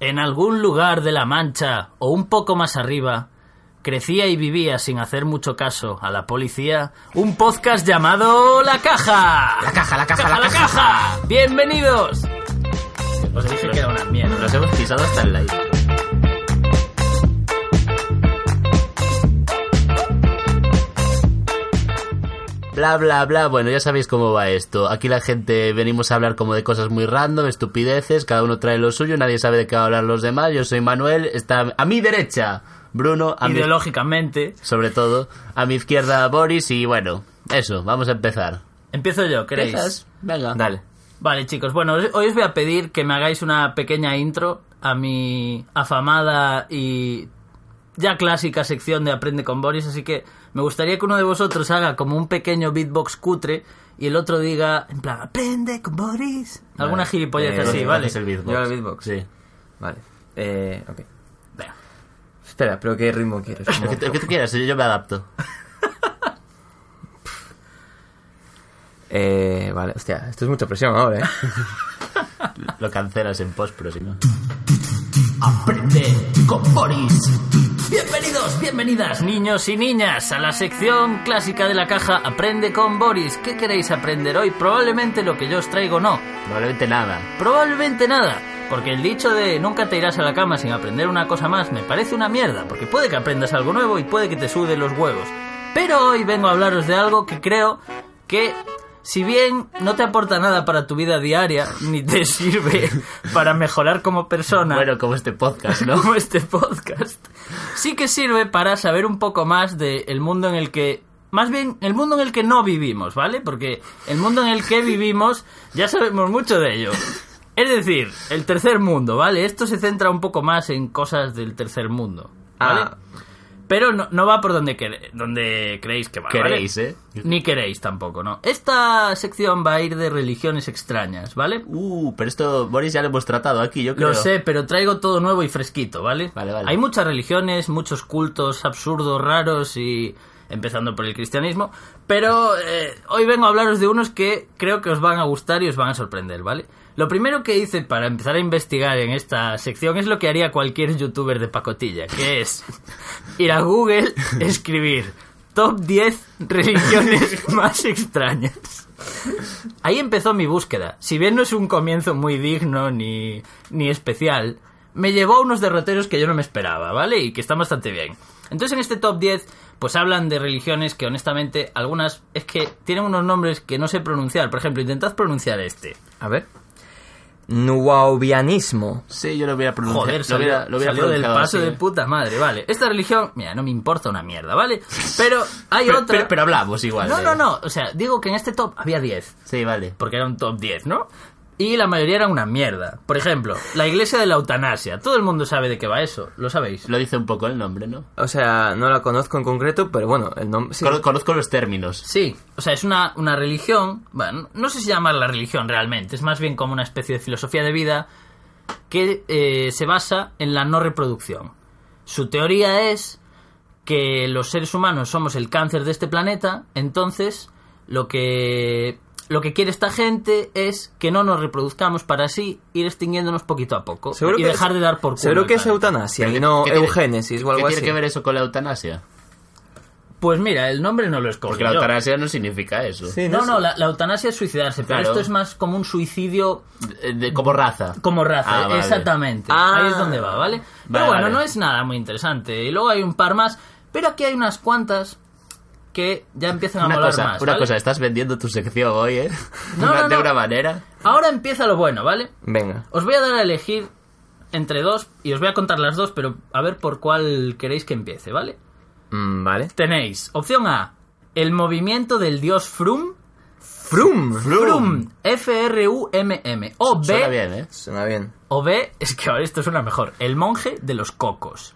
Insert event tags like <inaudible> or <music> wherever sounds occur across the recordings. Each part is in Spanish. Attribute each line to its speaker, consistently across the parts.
Speaker 1: En algún lugar de la Mancha o un poco más arriba, crecía y vivía sin hacer mucho caso a la policía un podcast llamado La Caja.
Speaker 2: La caja, la caja, la
Speaker 1: ¡La
Speaker 2: caja.
Speaker 1: Caja! ¡Bienvenidos! Os dije que era una mierda.
Speaker 2: Nos hemos pisado hasta el like. Bla, bla, bla. Bueno, ya sabéis cómo va esto. Aquí la gente venimos a hablar como de cosas muy random, estupideces. Cada uno trae lo suyo, nadie sabe de qué va a hablar los demás. Yo soy Manuel, está a mi derecha Bruno, a mi,
Speaker 1: Ideológicamente.
Speaker 2: sobre todo, a mi izquierda Boris y bueno, eso, vamos a empezar.
Speaker 1: Empiezo yo, ¿queréis?
Speaker 2: Empiezas, Venga.
Speaker 3: Dale.
Speaker 1: Vale, chicos. Bueno, os- hoy os voy a pedir que me hagáis una pequeña intro a mi afamada y ya clásica sección de Aprende con Boris. Así que me gustaría que uno de vosotros haga como un pequeño beatbox cutre y el otro diga, en plan, Aprende con Boris. Alguna
Speaker 2: Vale.
Speaker 1: gilipollez
Speaker 3: Eh,
Speaker 1: así,
Speaker 3: haces
Speaker 1: ¿vale?
Speaker 2: el beatbox.
Speaker 3: Yo hago el beatbox.
Speaker 2: Sí.
Speaker 3: Vale. Eh, ok.
Speaker 1: Venga.
Speaker 3: Espera, pero ¿qué ritmo quieres?
Speaker 2: El que, el que tú quieras, yo yo me adapto.
Speaker 3: Eh, vale, hostia, esto es mucha presión ahora, eh.
Speaker 2: Lo cancelas en post, pero si no.
Speaker 1: Aprende con Boris. Bienvenidos, bienvenidas, niños y niñas, a la sección clásica de la caja Aprende con Boris. ¿Qué queréis aprender hoy? Probablemente lo que yo os traigo no.
Speaker 2: Probablemente nada.
Speaker 1: Probablemente nada, porque el dicho de nunca te irás a la cama sin aprender una cosa más me parece una mierda, porque puede que aprendas algo nuevo y puede que te sude los huevos. Pero hoy vengo a hablaros de algo que creo que, si bien no te aporta nada para tu vida diaria, ni te <laughs> sirve para mejorar como persona,
Speaker 2: Bueno, como este podcast, ¿no?
Speaker 1: como <laughs> este podcast, sí que sirve para saber un poco más del mundo en el que... Más bien, el mundo en el que no vivimos, ¿vale? Porque el mundo en el que vivimos ya sabemos mucho de ello. Es decir, el tercer mundo, ¿vale? Esto se centra un poco más en cosas del tercer mundo, ¿vale?
Speaker 3: Ah,
Speaker 1: Pero no, no va por donde, quere- donde creéis que va, ¿vale?
Speaker 2: Queréis, ¿eh?
Speaker 1: Ni queréis tampoco, ¿no? Esta sección va a ir de religiones extrañas, ¿vale?
Speaker 2: Uh, pero esto, Boris, ya lo hemos tratado aquí, yo creo.
Speaker 1: Lo sé, pero traigo todo nuevo y fresquito, ¿vale?
Speaker 2: Vale, vale.
Speaker 1: Hay muchas religiones, muchos cultos absurdos, raros y empezando por el cristianismo, pero eh, hoy vengo a hablaros de unos que creo que os van a gustar y os van a sorprender, ¿vale? Lo primero que hice para empezar a investigar en esta sección es lo que haría cualquier youtuber de pacotilla, que es ir a Google, <laughs> escribir top 10 religiones <laughs> más extrañas. Ahí empezó mi búsqueda. Si bien no es un comienzo muy digno ni, ni especial, me llevó a unos derroteros que yo no me esperaba, ¿vale? Y que están bastante bien. Entonces en este top 10, pues hablan de religiones que honestamente algunas es que tienen unos nombres que no sé pronunciar. Por ejemplo, intentad pronunciar este.
Speaker 3: a ver. Nuaubianismo.
Speaker 2: Sí, yo lo hubiera pronunciado.
Speaker 1: Joder,
Speaker 2: lo
Speaker 1: salió,
Speaker 2: hubiera, lo hubiera
Speaker 1: salió del
Speaker 2: pronunciado
Speaker 1: paso
Speaker 2: así.
Speaker 1: de puta madre, vale. Esta religión, mira, no me importa una mierda, ¿vale?
Speaker 2: <laughs>
Speaker 1: Pero hay
Speaker 2: Pero,
Speaker 1: otra...
Speaker 2: pero- pero hablamos igual.
Speaker 1: no,
Speaker 2: ¿eh?
Speaker 1: no, no. O sea, digo que en este top había 10.
Speaker 2: Sí, vale.
Speaker 1: porque era un top 10, ¿no? Y la mayoría era una mierda. Por ejemplo, la iglesia de la eutanasia. Todo el mundo sabe de qué va eso, lo sabéis.
Speaker 2: Lo dice un poco el nombre, ¿no?
Speaker 3: O sea, no la conozco en concreto, pero bueno, el nombre. Sí.
Speaker 2: Cono- Conozco los términos.
Speaker 1: Sí, o sea, es una, una religión, bueno, no sé si llamarla religión realmente, es más bien como una especie de filosofía de vida que eh, se basa en la no reproducción. Su teoría es que los seres humanos somos el cáncer de este planeta, entonces lo que lo que quiere esta gente es que no nos reproduzcamos para así ir extinguiéndonos poquito a poco
Speaker 3: Seguro
Speaker 1: y
Speaker 3: que
Speaker 1: dejar
Speaker 3: es-
Speaker 1: de dar por culo.
Speaker 3: Seguro que
Speaker 1: al
Speaker 3: es
Speaker 1: planeta.
Speaker 3: eutanasia
Speaker 2: ¿Qué-
Speaker 3: y no
Speaker 2: qué tiene-
Speaker 3: eugénesis o algo
Speaker 2: ¿Qué
Speaker 3: así.
Speaker 2: tiene que ver eso con la eutanasia?
Speaker 1: Pues mira, el nombre no lo escogí
Speaker 2: Porque la
Speaker 1: yo.
Speaker 2: eutanasia no significa eso.
Speaker 3: Sí,
Speaker 1: No,
Speaker 3: sé.
Speaker 1: no, la, la eutanasia es suicidarse, pero
Speaker 2: Claro.
Speaker 1: esto es más como un suicidio
Speaker 2: De- de- como raza.
Speaker 1: Como raza,
Speaker 2: Ah, vale.
Speaker 1: exactamente.
Speaker 3: Ah.
Speaker 1: Ahí es donde va, ¿vale? Pero
Speaker 2: Vale,
Speaker 1: bueno,
Speaker 2: vale.
Speaker 1: no es nada muy interesante. Y luego hay un par más, pero aquí hay unas cuantas que ya empiezan a
Speaker 2: Una
Speaker 1: molar
Speaker 2: cosa,
Speaker 1: más.
Speaker 2: una
Speaker 1: ¿vale?
Speaker 2: cosa, estás vendiendo tu sección hoy, ¿eh?
Speaker 1: No,
Speaker 2: Una-
Speaker 1: no,
Speaker 2: <laughs> de
Speaker 1: no.
Speaker 2: una manera.
Speaker 1: Ahora empieza lo bueno, ¿vale?
Speaker 3: Venga.
Speaker 1: Os voy a dar a elegir entre dos y os voy a contar las dos, pero a ver por cuál queréis que empiece, ¿vale?
Speaker 3: Mm, vale.
Speaker 1: Tenéis opción A, el movimiento del dios Frum.
Speaker 3: Frum.
Speaker 1: Frum, F-R-U-M-M. O
Speaker 2: Suena
Speaker 1: B,
Speaker 2: bien, ¿eh?
Speaker 3: Suena bien.
Speaker 1: o B, es que ahora esto suena mejor, el monje de los cocos.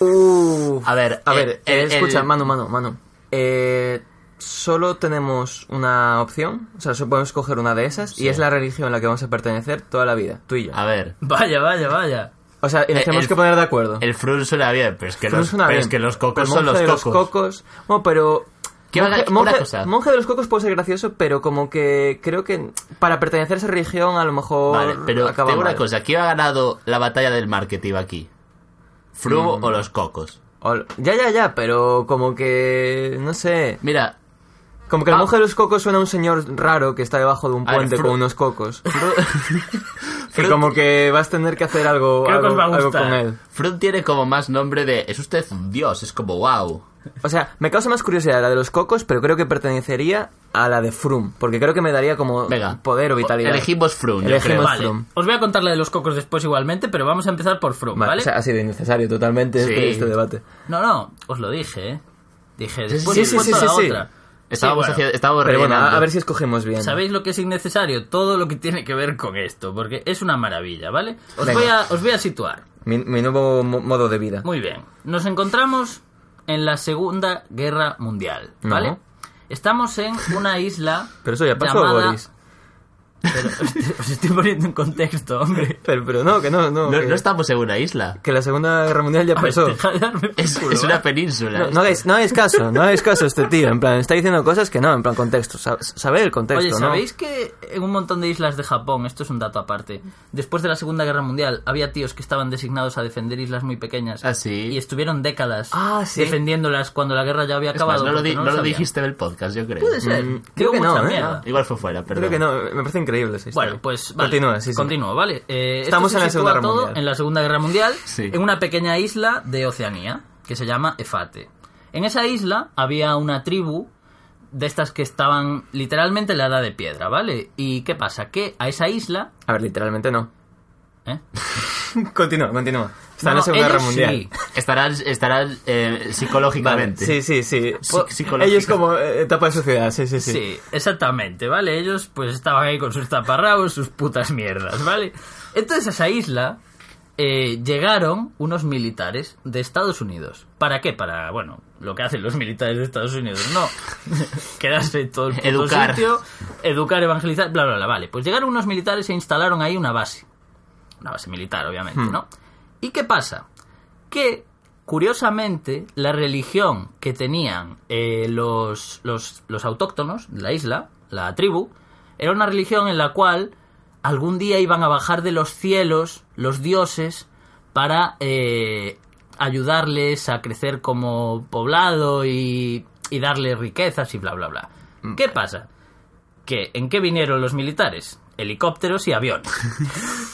Speaker 3: Uh,
Speaker 2: A ver,
Speaker 3: a
Speaker 2: el-
Speaker 3: ver,
Speaker 2: el-
Speaker 3: eh, escucha,
Speaker 2: el-
Speaker 3: mano, mano, mano. Eh, solo tenemos una opción, o sea, solo podemos coger una de esas y es la religión a la que vamos a pertenecer toda la vida, tú y yo.
Speaker 2: A ver.
Speaker 1: Vaya, vaya, vaya.
Speaker 3: O sea, y nos
Speaker 2: Ah, el-
Speaker 3: tenemos
Speaker 2: el-
Speaker 3: que poner de acuerdo.
Speaker 2: El frun suena bien, pero es que,
Speaker 3: Pero
Speaker 2: los,
Speaker 3: suena
Speaker 2: pero
Speaker 3: bien.
Speaker 2: es que los
Speaker 3: Pero
Speaker 2: cocos
Speaker 3: monje
Speaker 2: son los
Speaker 3: de
Speaker 2: cocos.
Speaker 3: cocos. Bueno, pero
Speaker 2: Que me haga
Speaker 3: Monje-
Speaker 2: una
Speaker 3: monje-
Speaker 2: cosa.
Speaker 3: monje de los cocos puede ser gracioso, pero como que creo que para pertenecer a esa religión a lo mejor
Speaker 2: Vale, pero
Speaker 3: acaba
Speaker 2: tengo una
Speaker 3: mal.
Speaker 2: cosa. ¿Quién ha ganado la batalla del marketing aquí? ¿Frubo
Speaker 3: Mm.
Speaker 2: o los cocos?
Speaker 3: O- ya, ya, ya, pero como que no sé,
Speaker 2: Mira,
Speaker 3: como que el
Speaker 2: Ah.
Speaker 3: monje de los cocos suena a un señor raro que está debajo de un
Speaker 2: A ver,
Speaker 3: puente
Speaker 2: Fro-
Speaker 3: con unos cocos. <laughs>
Speaker 2: Fro-
Speaker 3: Que como que vas a tener que hacer algo,
Speaker 1: Creo que
Speaker 3: algo,
Speaker 1: os va a
Speaker 3: algo
Speaker 1: gustar.
Speaker 3: con él.
Speaker 2: Frodo tiene como más nombre de... Es usted un dios, es como wow.
Speaker 3: O sea, me causa más curiosidad la de los cocos, pero creo que pertenecería a la de Frum, porque creo que me daría como
Speaker 2: Venga.
Speaker 3: poder o vitalidad.
Speaker 2: Elegimos Frodo. yo
Speaker 3: Elegimos-
Speaker 2: creo.
Speaker 3: Tenemos
Speaker 1: Vale,
Speaker 3: Froom.
Speaker 1: os voy a contar la de los cocos después igualmente, pero vamos a empezar por Froom,
Speaker 3: Vale,
Speaker 1: ¿vale?
Speaker 3: o sea, ha sido innecesario totalmente
Speaker 2: Sí.
Speaker 3: este, este debate.
Speaker 1: No, no, os lo dije, ¿eh? Dije,
Speaker 2: Sí, sí,
Speaker 1: después
Speaker 2: sí,
Speaker 1: os
Speaker 2: sí,
Speaker 1: cuento
Speaker 3: sí,
Speaker 1: la
Speaker 3: sí, sí.
Speaker 1: otra.
Speaker 2: Estábamos,
Speaker 1: Sí, bueno,
Speaker 2: hacia- estábamos
Speaker 3: Pero bueno, a,
Speaker 2: rellenando.
Speaker 3: a ver si escogemos bien.
Speaker 1: Pues ¿Sabéis lo que es innecesario? Todo lo que tiene que ver con esto, porque es una maravilla, ¿vale? Os,
Speaker 3: Venga.
Speaker 1: voy a, os voy a situar.
Speaker 3: Mi, mi nuevo mo- modo de vida.
Speaker 1: Muy bien. Nos encontramos en la Segunda Guerra Mundial, ¿vale?
Speaker 3: No.
Speaker 1: Estamos en una isla
Speaker 3: Pero eso ya pasó,
Speaker 1: llamada-
Speaker 3: Boris.
Speaker 1: Pero <laughs> os estoy- os estoy poniendo en contexto, hombre.
Speaker 3: Pero, pero no, que no, no.
Speaker 2: No,
Speaker 3: que,
Speaker 2: no estamos en una isla.
Speaker 3: que la Segunda Guerra Mundial ya
Speaker 1: A ver,
Speaker 3: pasó.
Speaker 1: deja de darme por
Speaker 2: Es,
Speaker 1: culo,
Speaker 2: es una
Speaker 1: ¿vale?
Speaker 2: península.
Speaker 3: ¿eh? No, no hagáis, no hagáis caso, no hagáis caso a este tío. En plan, está diciendo cosas que no, en plan contexto. Sab- Sabed el contexto,
Speaker 1: Oye,
Speaker 3: ¿no?
Speaker 1: ¿sabéis que en un montón de islas de Japón, esto es un dato aparte, después de la Segunda Guerra Mundial había tíos que estaban designados a defender islas muy pequeñas
Speaker 2: Ah, sí.
Speaker 1: y estuvieron décadas
Speaker 3: Ah, sí.
Speaker 1: defendiéndolas cuando la guerra ya había
Speaker 2: Es más,
Speaker 1: acabado?
Speaker 2: no lo,
Speaker 1: porque
Speaker 2: di- no
Speaker 1: lo
Speaker 2: lo
Speaker 1: sabían.
Speaker 2: dijiste en el podcast, yo creo.
Speaker 1: Puede ser.
Speaker 3: Mm,
Speaker 1: Digo
Speaker 3: creo que
Speaker 1: mucha
Speaker 3: no, ¿eh?
Speaker 1: mierda.
Speaker 2: Igual fue fuera, perdón.
Speaker 3: Creo que no, me parece increíble esa historia.
Speaker 1: Bueno, pues vale,
Speaker 3: Continúa, sí, sí.
Speaker 1: continúo, vale. Eh, esto
Speaker 3: Estamos
Speaker 1: se
Speaker 3: en la
Speaker 1: sitúa
Speaker 3: Segunda Guerra
Speaker 1: todo
Speaker 3: Mundial.
Speaker 1: En la Segunda Guerra Mundial,
Speaker 2: Sí.
Speaker 1: en una pequeña isla de Oceanía que se llama Efate. En esa isla había una tribu de estas que estaban literalmente en la edad de piedra, ¿vale? ¿Y qué pasa? Que a esa isla...
Speaker 3: A ver, literalmente no. <laughs>
Speaker 1: ¿eh?
Speaker 3: continúa, continúa.
Speaker 1: No,
Speaker 3: Está
Speaker 1: no,
Speaker 3: en la Segunda Guerra
Speaker 1: ellos
Speaker 3: Mundial.
Speaker 1: sí.
Speaker 2: Estarán, estarán eh, psicológicamente.
Speaker 3: Sí, sí, sí.
Speaker 2: Psic- psicológica.
Speaker 3: Ellos como eh, etapa de sociedad, sí, sí, sí.
Speaker 1: Sí. exactamente, ¿vale? Ellos pues estaban ahí con sus taparrabos, sus putas mierdas, ¿vale? Entonces a esa isla eh, llegaron unos militares de Estados Unidos. ¿Para qué? Para, bueno, lo que hacen los militares de Estados Unidos, no. <laughs> Quedarse en todo el puto
Speaker 2: Educar.
Speaker 1: sitio, educar, evangelizar, bla, bla, bla, vale. Pues llegaron unos militares e instalaron ahí una base. Una base militar, obviamente, ¿no? ¿Y qué pasa? que curiosamente la religión que tenían eh, los, los, los autóctonos de la isla, la tribu, era una religión en la cual algún día iban a bajar de los cielos los dioses para eh, ayudarles a crecer como poblado y, y darles riquezas y bla, bla, bla. ¿Qué pasa? Que, ¿En qué vinieron los militares? Helicópteros y aviones.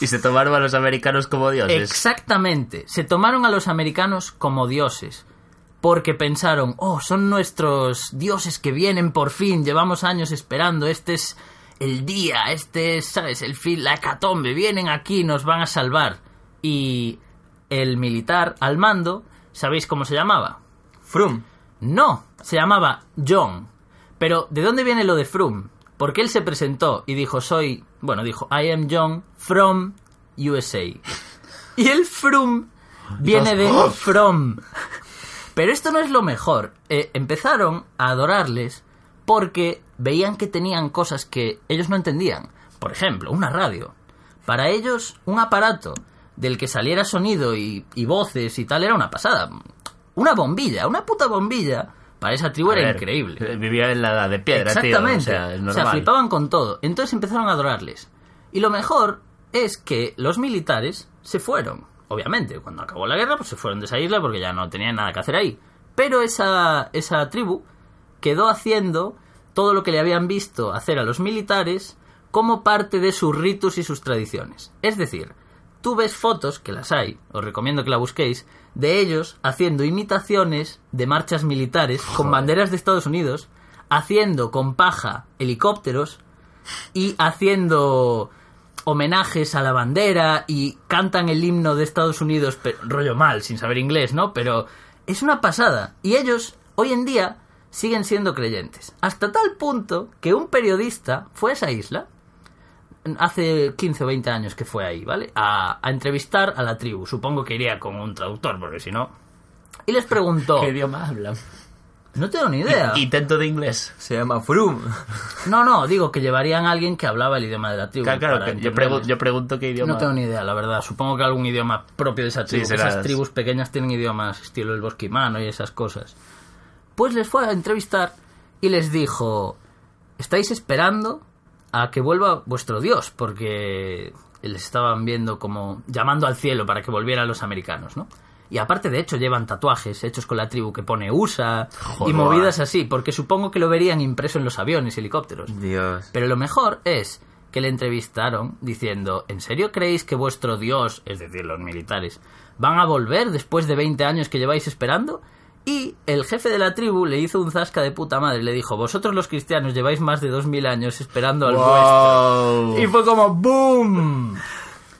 Speaker 2: Y se tomaron a los americanos como dioses.
Speaker 1: Exactamente. Se tomaron a los americanos como dioses. Porque pensaron, oh, son nuestros dioses que vienen por fin. Llevamos años esperando. Este es el día. Este es, ¿sabes? El fin, la hecatombe. Vienen aquí, nos van a salvar. Y el militar al mando, ¿sabéis cómo se llamaba?
Speaker 3: Frum.
Speaker 1: No, se llamaba John. Pero, ¿de dónde viene lo de From? Porque él se presentó y dijo, soy, bueno, dijo, I am John from USA. <laughs> Y el From viene de From. Pero esto no es lo mejor. Eh, empezaron a adorarles porque veían que tenían cosas que ellos no entendían. Por ejemplo, una radio. Para ellos, un aparato del que saliera sonido y, y voces y tal era una pasada. Una bombilla, una puta bombilla. Para esa tribu
Speaker 2: A
Speaker 1: era
Speaker 2: ver,
Speaker 1: increíble.
Speaker 2: Vivía en la edad de piedra,
Speaker 1: Exactamente.
Speaker 2: tío. O sea, es
Speaker 1: o sea,
Speaker 2: normal.
Speaker 1: flipaban con todo. Entonces empezaron a adorarles. Y lo mejor es que los militares se fueron. Obviamente, cuando acabó la guerra, pues se fueron de esa isla porque ya no tenían nada que hacer ahí. Pero esa, esa tribu quedó haciendo todo lo que le habían visto hacer a los militares como parte de sus ritos y sus tradiciones. Es decir, tú ves fotos, que las hay, os recomiendo que la busquéis, de ellos haciendo imitaciones de marchas militares con banderas de Estados Unidos, haciendo con paja helicópteros y haciendo homenajes a la bandera y cantan el himno de Estados Unidos, pero, rollo mal, sin saber inglés, ¿no? Pero es una pasada. Y ellos, hoy en día, siguen siendo creyentes. Hasta tal punto que un periodista fue a esa isla, hace 15 o 20 años que fue ahí, ¿vale? A, a entrevistar a la tribu. Supongo que iría con un traductor, porque si no... Y les preguntó...
Speaker 2: ¿Qué idioma hablan?
Speaker 1: No tengo ni idea.
Speaker 2: Intento de inglés.
Speaker 3: Se llama Frum.
Speaker 1: No, no, digo que llevarían a alguien que hablaba el idioma de la tribu.
Speaker 2: Claro, claro,
Speaker 1: para
Speaker 2: que yo,
Speaker 1: entenderles.
Speaker 2: pregun- yo pregunto qué idioma.
Speaker 1: No tengo ni idea, la verdad. Supongo que algún idioma propio de esa tribu.
Speaker 2: será-
Speaker 1: Esas tribus pequeñas tienen idiomas, estilo el bosquimano y esas cosas. Pues les fue a entrevistar y les dijo, estáis esperando a que vuelva vuestro Dios, porque les estaban viendo como llamando al cielo para que volvieran los americanos, ¿no? Y aparte, de hecho, llevan tatuajes hechos con la tribu que pone USA y
Speaker 2: Joder.
Speaker 1: movidas así, porque supongo que lo verían impreso en los aviones y helicópteros.
Speaker 3: Dios.
Speaker 1: Pero lo mejor es que le entrevistaron diciendo, ¿en serio creéis que vuestro dios, es decir, los militares, van a volver después de 20 años que lleváis esperando? Y el jefe de la tribu le hizo un zasca de puta madre, le dijo, vosotros los cristianos lleváis más de 2000 años esperando al
Speaker 2: Wow.
Speaker 1: vuestro. Y fue como, ¡boom!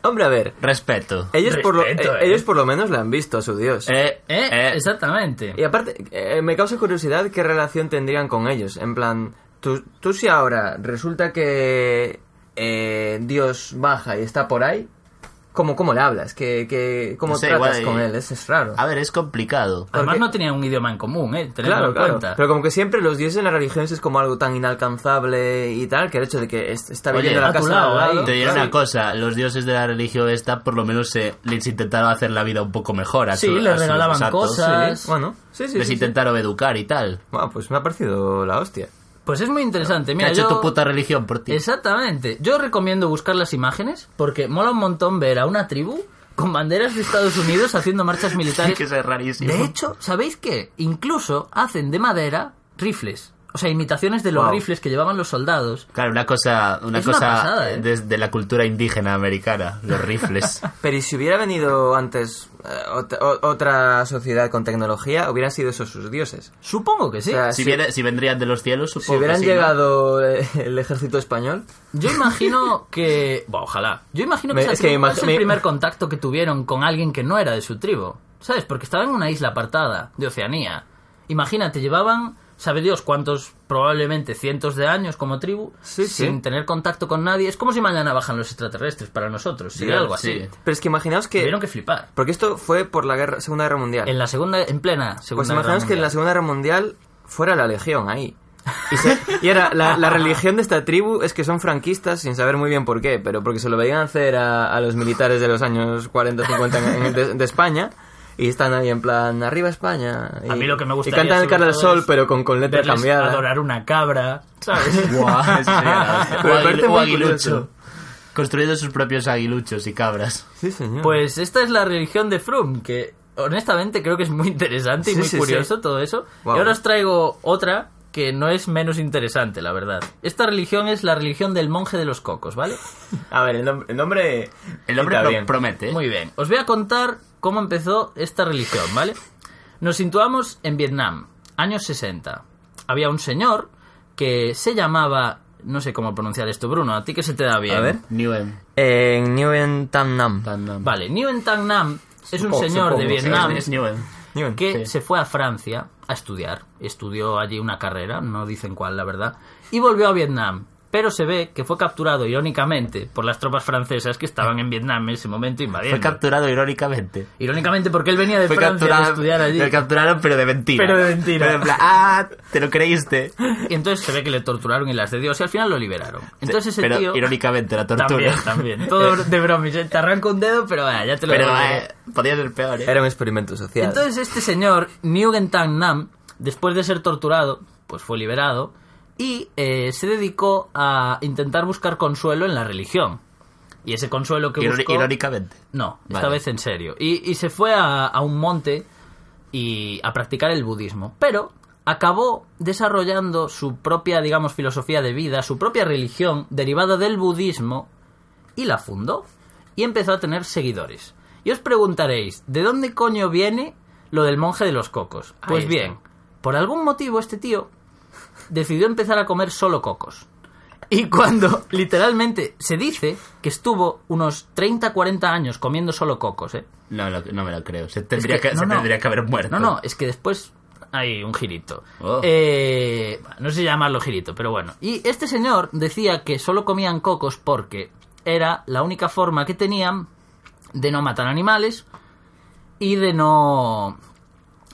Speaker 3: Hombre, a ver.
Speaker 2: Respeto.
Speaker 3: Ellos, por lo,
Speaker 1: Respeto,
Speaker 3: eh,
Speaker 1: eh.
Speaker 3: ellos por lo menos le han visto a su dios.
Speaker 2: Eh,
Speaker 1: ¿Eh?
Speaker 2: eh.
Speaker 1: Exactamente.
Speaker 3: Y aparte, eh, me causa curiosidad qué relación tendrían con ellos. En plan, tú, tú si ahora resulta que eh, Dios baja y está por ahí, ¿cómo, cómo le hablas? ¿Qué, qué, ¿Cómo
Speaker 2: No sé,
Speaker 3: tratas
Speaker 2: igual,
Speaker 3: con
Speaker 2: eh,
Speaker 3: él? Es, es raro.
Speaker 2: A ver, es complicado.
Speaker 1: Además
Speaker 3: porque-
Speaker 1: no tenían un idioma en común, ¿eh? Tenedlo
Speaker 3: Claro,
Speaker 1: en
Speaker 3: claro.
Speaker 1: cuenta.
Speaker 3: Pero como que siempre los dioses en las religiones es como algo tan inalcanzable y tal, que el hecho de que est- está
Speaker 2: Oye,
Speaker 3: viviendo en
Speaker 2: a
Speaker 3: la
Speaker 1: tu
Speaker 3: casa
Speaker 1: lado,
Speaker 3: al
Speaker 1: ahí.
Speaker 3: lado,
Speaker 2: Te diré
Speaker 3: claro.
Speaker 2: una cosa, los dioses de la religión esta por lo menos se, les intentaron hacer la vida un poco mejor. A
Speaker 1: Sí,
Speaker 2: su-
Speaker 1: les
Speaker 2: a sus
Speaker 1: regalaban
Speaker 2: santos.
Speaker 1: cosas.
Speaker 3: Sí, bueno, sí, sí.
Speaker 2: ¿eh? Les
Speaker 3: sí, sí.
Speaker 2: intentaron educar y tal.
Speaker 3: Buah, pues me ha parecido la hostia.
Speaker 1: Pues es muy interesante.
Speaker 2: ¿Qué
Speaker 1: Mira,
Speaker 2: ha hecho
Speaker 1: yo...
Speaker 2: tu puta religión por ti?
Speaker 1: Exactamente. Yo recomiendo buscar las imágenes porque mola un montón ver a una tribu con banderas de Estados Unidos haciendo
Speaker 3: <laughs>
Speaker 1: marchas militares.
Speaker 2: <laughs> que eso es rarísimo.
Speaker 1: De hecho, ¿sabéis qué? Incluso hacen de madera rifles. O sea, imitaciones de los
Speaker 3: Wow.
Speaker 1: rifles que llevaban los soldados.
Speaker 2: Claro, una cosa, una
Speaker 1: Es una
Speaker 2: cosa
Speaker 1: pasada, ¿eh? Ah,
Speaker 2: desde la cultura indígena americana, los rifles.
Speaker 1: <laughs>
Speaker 3: Pero ¿y si hubiera venido antes eh, ot- o- otra sociedad con tecnología, hubieran sido esos sus dioses.
Speaker 1: Supongo que sí.
Speaker 3: O sea,
Speaker 2: si,
Speaker 3: si-
Speaker 2: viene- si vendrían de los cielos,
Speaker 3: Si
Speaker 2: supongo.
Speaker 3: hubieran
Speaker 2: que sí, ¿no? <laughs>
Speaker 3: llegado eh, el ejército español,
Speaker 1: Yo imagino que... Buah, ojalá. Yo imagino que,
Speaker 3: Me-
Speaker 1: esa
Speaker 3: es que
Speaker 1: tribu
Speaker 3: imag-
Speaker 1: es el
Speaker 3: me-
Speaker 1: primer contacto que tuvieron con alguien que no era de su tribu. ¿Sabes? Porque estaba en una isla apartada de Oceanía. Imagínate, llevaban, sabe Dios cuántos, probablemente cientos de años como tribu,
Speaker 3: Sí, sí.
Speaker 1: sin tener contacto con nadie. Es como si mañana bajan los extraterrestres para nosotros. Sería
Speaker 2: Dios,
Speaker 1: algo así.
Speaker 2: sí.
Speaker 3: pero es que imaginaos que...
Speaker 1: Tuvieron que flipar.
Speaker 3: Porque esto fue por la guerra, Segunda Guerra Mundial.
Speaker 1: En la segunda, en plena
Speaker 3: Pues
Speaker 1: segunda.
Speaker 3: imaginaos que en la Segunda Guerra Mundial fuera la legión ahí.
Speaker 1: <laughs>
Speaker 3: Y, se- y era la, la religión de esta tribu es que son franquistas sin saber muy bien por qué, pero porque se lo veían hacer a, a los militares de los años 40, 50 en- en- de, de España. Y están ahí en plan, arriba España. Y,
Speaker 1: A mí lo que me
Speaker 3: Y
Speaker 1: gustaría,
Speaker 3: cantan el
Speaker 1: sobre
Speaker 3: cara al
Speaker 1: todo,
Speaker 3: sol,
Speaker 1: es
Speaker 3: pero con, con letra
Speaker 1: Verles
Speaker 3: cambiada.
Speaker 1: adorar una cabra, ¿sabes? <laughs>
Speaker 3: <laughs>
Speaker 2: Guau, sería la hostia.
Speaker 3: Me
Speaker 2: O aguil-
Speaker 3: parece
Speaker 2: o
Speaker 3: muy
Speaker 2: aguilucho.
Speaker 3: curioso.
Speaker 2: Construyendo sus propios aguiluchos y cabras.
Speaker 3: Sí, señor.
Speaker 1: Pues esta es la religión de Froome, que honestamente creo que es muy interesante y
Speaker 3: Sí,
Speaker 1: muy
Speaker 3: sí,
Speaker 1: curioso
Speaker 3: sí.
Speaker 1: todo eso.
Speaker 3: Guau.
Speaker 1: Y ahora os traigo otra que no es menos interesante, la verdad. Esta religión es la religión del monje de los cocos, ¿vale?
Speaker 3: a ver, el, nom- el nombre.
Speaker 2: El hombre
Speaker 3: pinta
Speaker 2: pro-
Speaker 3: bien.
Speaker 2: promete. ¿eh?
Speaker 1: Muy bien, os voy a contar cómo empezó esta religión, ¿vale? Nos situamos en Vietnam, años 60. Había un señor que se llamaba... No sé cómo pronunciar esto, Bruno, a ti que se te da bien.
Speaker 3: A ver.
Speaker 2: Newham.
Speaker 3: En Nguyen Tam Nam.
Speaker 2: Tandam.
Speaker 1: Vale, Nguyen Thanh Nam es un
Speaker 3: Supongo-
Speaker 1: señor de
Speaker 3: supongo, sí,
Speaker 1: Vietnam... Em.
Speaker 2: Es Newham.
Speaker 3: Nguyen.
Speaker 1: que se fue a Francia a estudiar. Estudió allí una carrera, no dicen cuál, la verdad. Y volvió a Vietnam. Pero se ve que fue capturado irónicamente por las tropas francesas que estaban en Vietnam en ese momento
Speaker 2: Fue
Speaker 1: invadiendo.
Speaker 2: capturado irónicamente.
Speaker 1: Irónicamente porque él venía de
Speaker 2: Fue
Speaker 1: Francia a
Speaker 2: capturado,
Speaker 1: estudiar allí.
Speaker 2: Lo capturaron, pero de mentira.
Speaker 1: Pero de mentira.
Speaker 2: Pero en plan, ah, te lo creíste.
Speaker 1: Y entonces se ve que le torturaron y las de Dios y al final lo liberaron. Entonces ese
Speaker 2: pero
Speaker 1: tío...
Speaker 2: irónicamente, la tortura.
Speaker 1: También, también.
Speaker 2: <laughs>
Speaker 1: Todo de bromis. ¿eh? Te arranco un dedo, pero vaya, ya te lo
Speaker 2: Pero
Speaker 1: devolveré.
Speaker 2: eh, podía ser peor. ¿eh?
Speaker 3: Era un experimento social.
Speaker 1: Entonces este señor, Nguyen Thanh Nam, después de ser torturado, pues fue liberado y eh, se dedicó a intentar buscar consuelo en la religión. Y ese consuelo que
Speaker 2: Iró-
Speaker 1: buscó...
Speaker 2: Irónicamente.
Speaker 1: No, esta
Speaker 2: Vale.
Speaker 1: vez en serio. Y, y se fue a, a un monte y a practicar el budismo. Pero acabó desarrollando su propia, digamos, filosofía de vida, su propia religión derivada del budismo y la fundó. Y empezó a tener seguidores. Y os preguntaréis, ¿de dónde coño viene lo del monje de los cocos?
Speaker 2: Ahí
Speaker 1: Pues
Speaker 2: está.
Speaker 1: bien, por algún motivo este tío decidió empezar a comer solo cocos. Y cuando literalmente se dice que estuvo unos 30-40 años comiendo solo cocos, ¿eh?
Speaker 2: No, lo- no me lo creo. Se tendría,
Speaker 1: Es que-
Speaker 2: que,
Speaker 1: no,
Speaker 2: se
Speaker 1: no.
Speaker 2: tendría que haber muerto.
Speaker 1: No, no, es que después hay un girito.
Speaker 2: Oh.
Speaker 1: Eh, no sé llamarlo girito, pero bueno. Y este señor decía que solo comían cocos porque era la única forma que tenían de no matar animales y de no